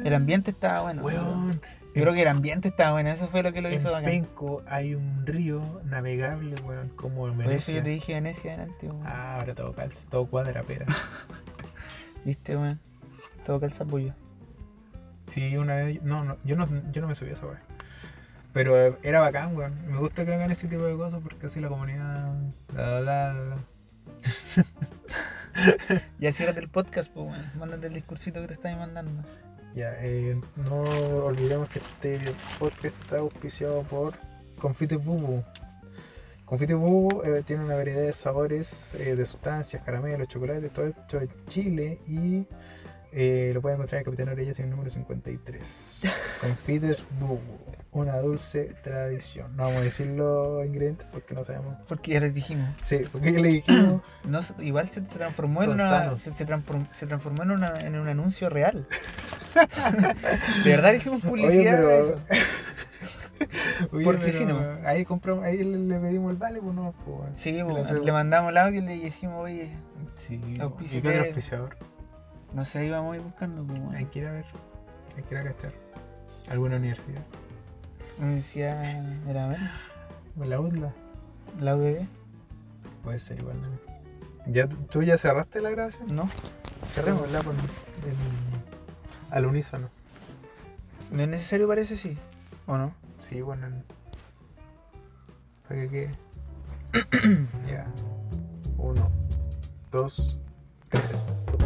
Speaker 1: El ambiente estaba bueno. pero-
Speaker 2: Weón,
Speaker 1: Yo creo que el ambiente estaba bueno, eso fue lo que lo hizo
Speaker 2: En
Speaker 1: bacán.
Speaker 2: Penco hay un río navegable, weón, como en
Speaker 1: Por eso
Speaker 2: Venecia.
Speaker 1: yo te dije Venecia delante, weón.
Speaker 2: Ah, ahora todo calza, todo cuadra, pera.
Speaker 1: ¿Viste, weón? Todo calzapullo.
Speaker 2: Sí, una vez. No, no, yo no, yo no me subí a esa weá. Pero eh, era bacán, weón. Me gusta que hagan ese tipo de cosas porque así la comunidad. La, la, la.
Speaker 1: Ya ciérrate el podcast, pues, weón. Mándate el discursito que te estáis mandando.
Speaker 2: Ya, eh, no olvidemos que este podcast está auspiciado por Confite Bubu. Confite Bubu eh, tiene una variedad de sabores, eh, de sustancias, caramelos, chocolates, todo esto de Chile y eh, lo pueden encontrar en Capitán Orellas en el número 53. Confites Bubu, una dulce tradición. No vamos a decir los ingredientes porque no sabemos.
Speaker 1: Porque ya les dijimos.
Speaker 2: Sí, porque le dijimos
Speaker 1: No, s- igual se se transformó en
Speaker 2: Son
Speaker 1: una,
Speaker 2: sanos.
Speaker 1: se, se transform- se transformó en, una- en un anuncio real. de verdad que hicimos publicidad
Speaker 2: pero-
Speaker 1: de eso.
Speaker 2: Oye,
Speaker 1: ¿Por qué si no?
Speaker 2: pero Ahí compramos, ahí le, le pedimos el vale, pues no, pues.
Speaker 1: Sí,
Speaker 2: Le
Speaker 1: pues,
Speaker 2: hacemos-
Speaker 1: le mandamos el audio y le dijimos, oye,
Speaker 2: Sí,
Speaker 1: Auspicio
Speaker 2: y que otro
Speaker 1: que-
Speaker 2: auspiciador.
Speaker 1: no sé, íbamos a ir buscando pues,
Speaker 2: Hay
Speaker 1: bueno,
Speaker 2: que ir a ver, hay que ir a cachar. ¿Alguna universidad?
Speaker 1: Universidad de la Verde,
Speaker 2: ¿O la UDLA?
Speaker 1: la UDB,
Speaker 2: Puede ser igual. ¿no? ¿Ya, tú- ¿Tú ya cerraste la grabación?
Speaker 1: ¿no?
Speaker 2: Cerrémosla con el, al unísono.
Speaker 1: No es necesario parece, sí. ¿O no?
Speaker 2: Sí, bueno. no. Para que quede. ya. Uno, dos, tres.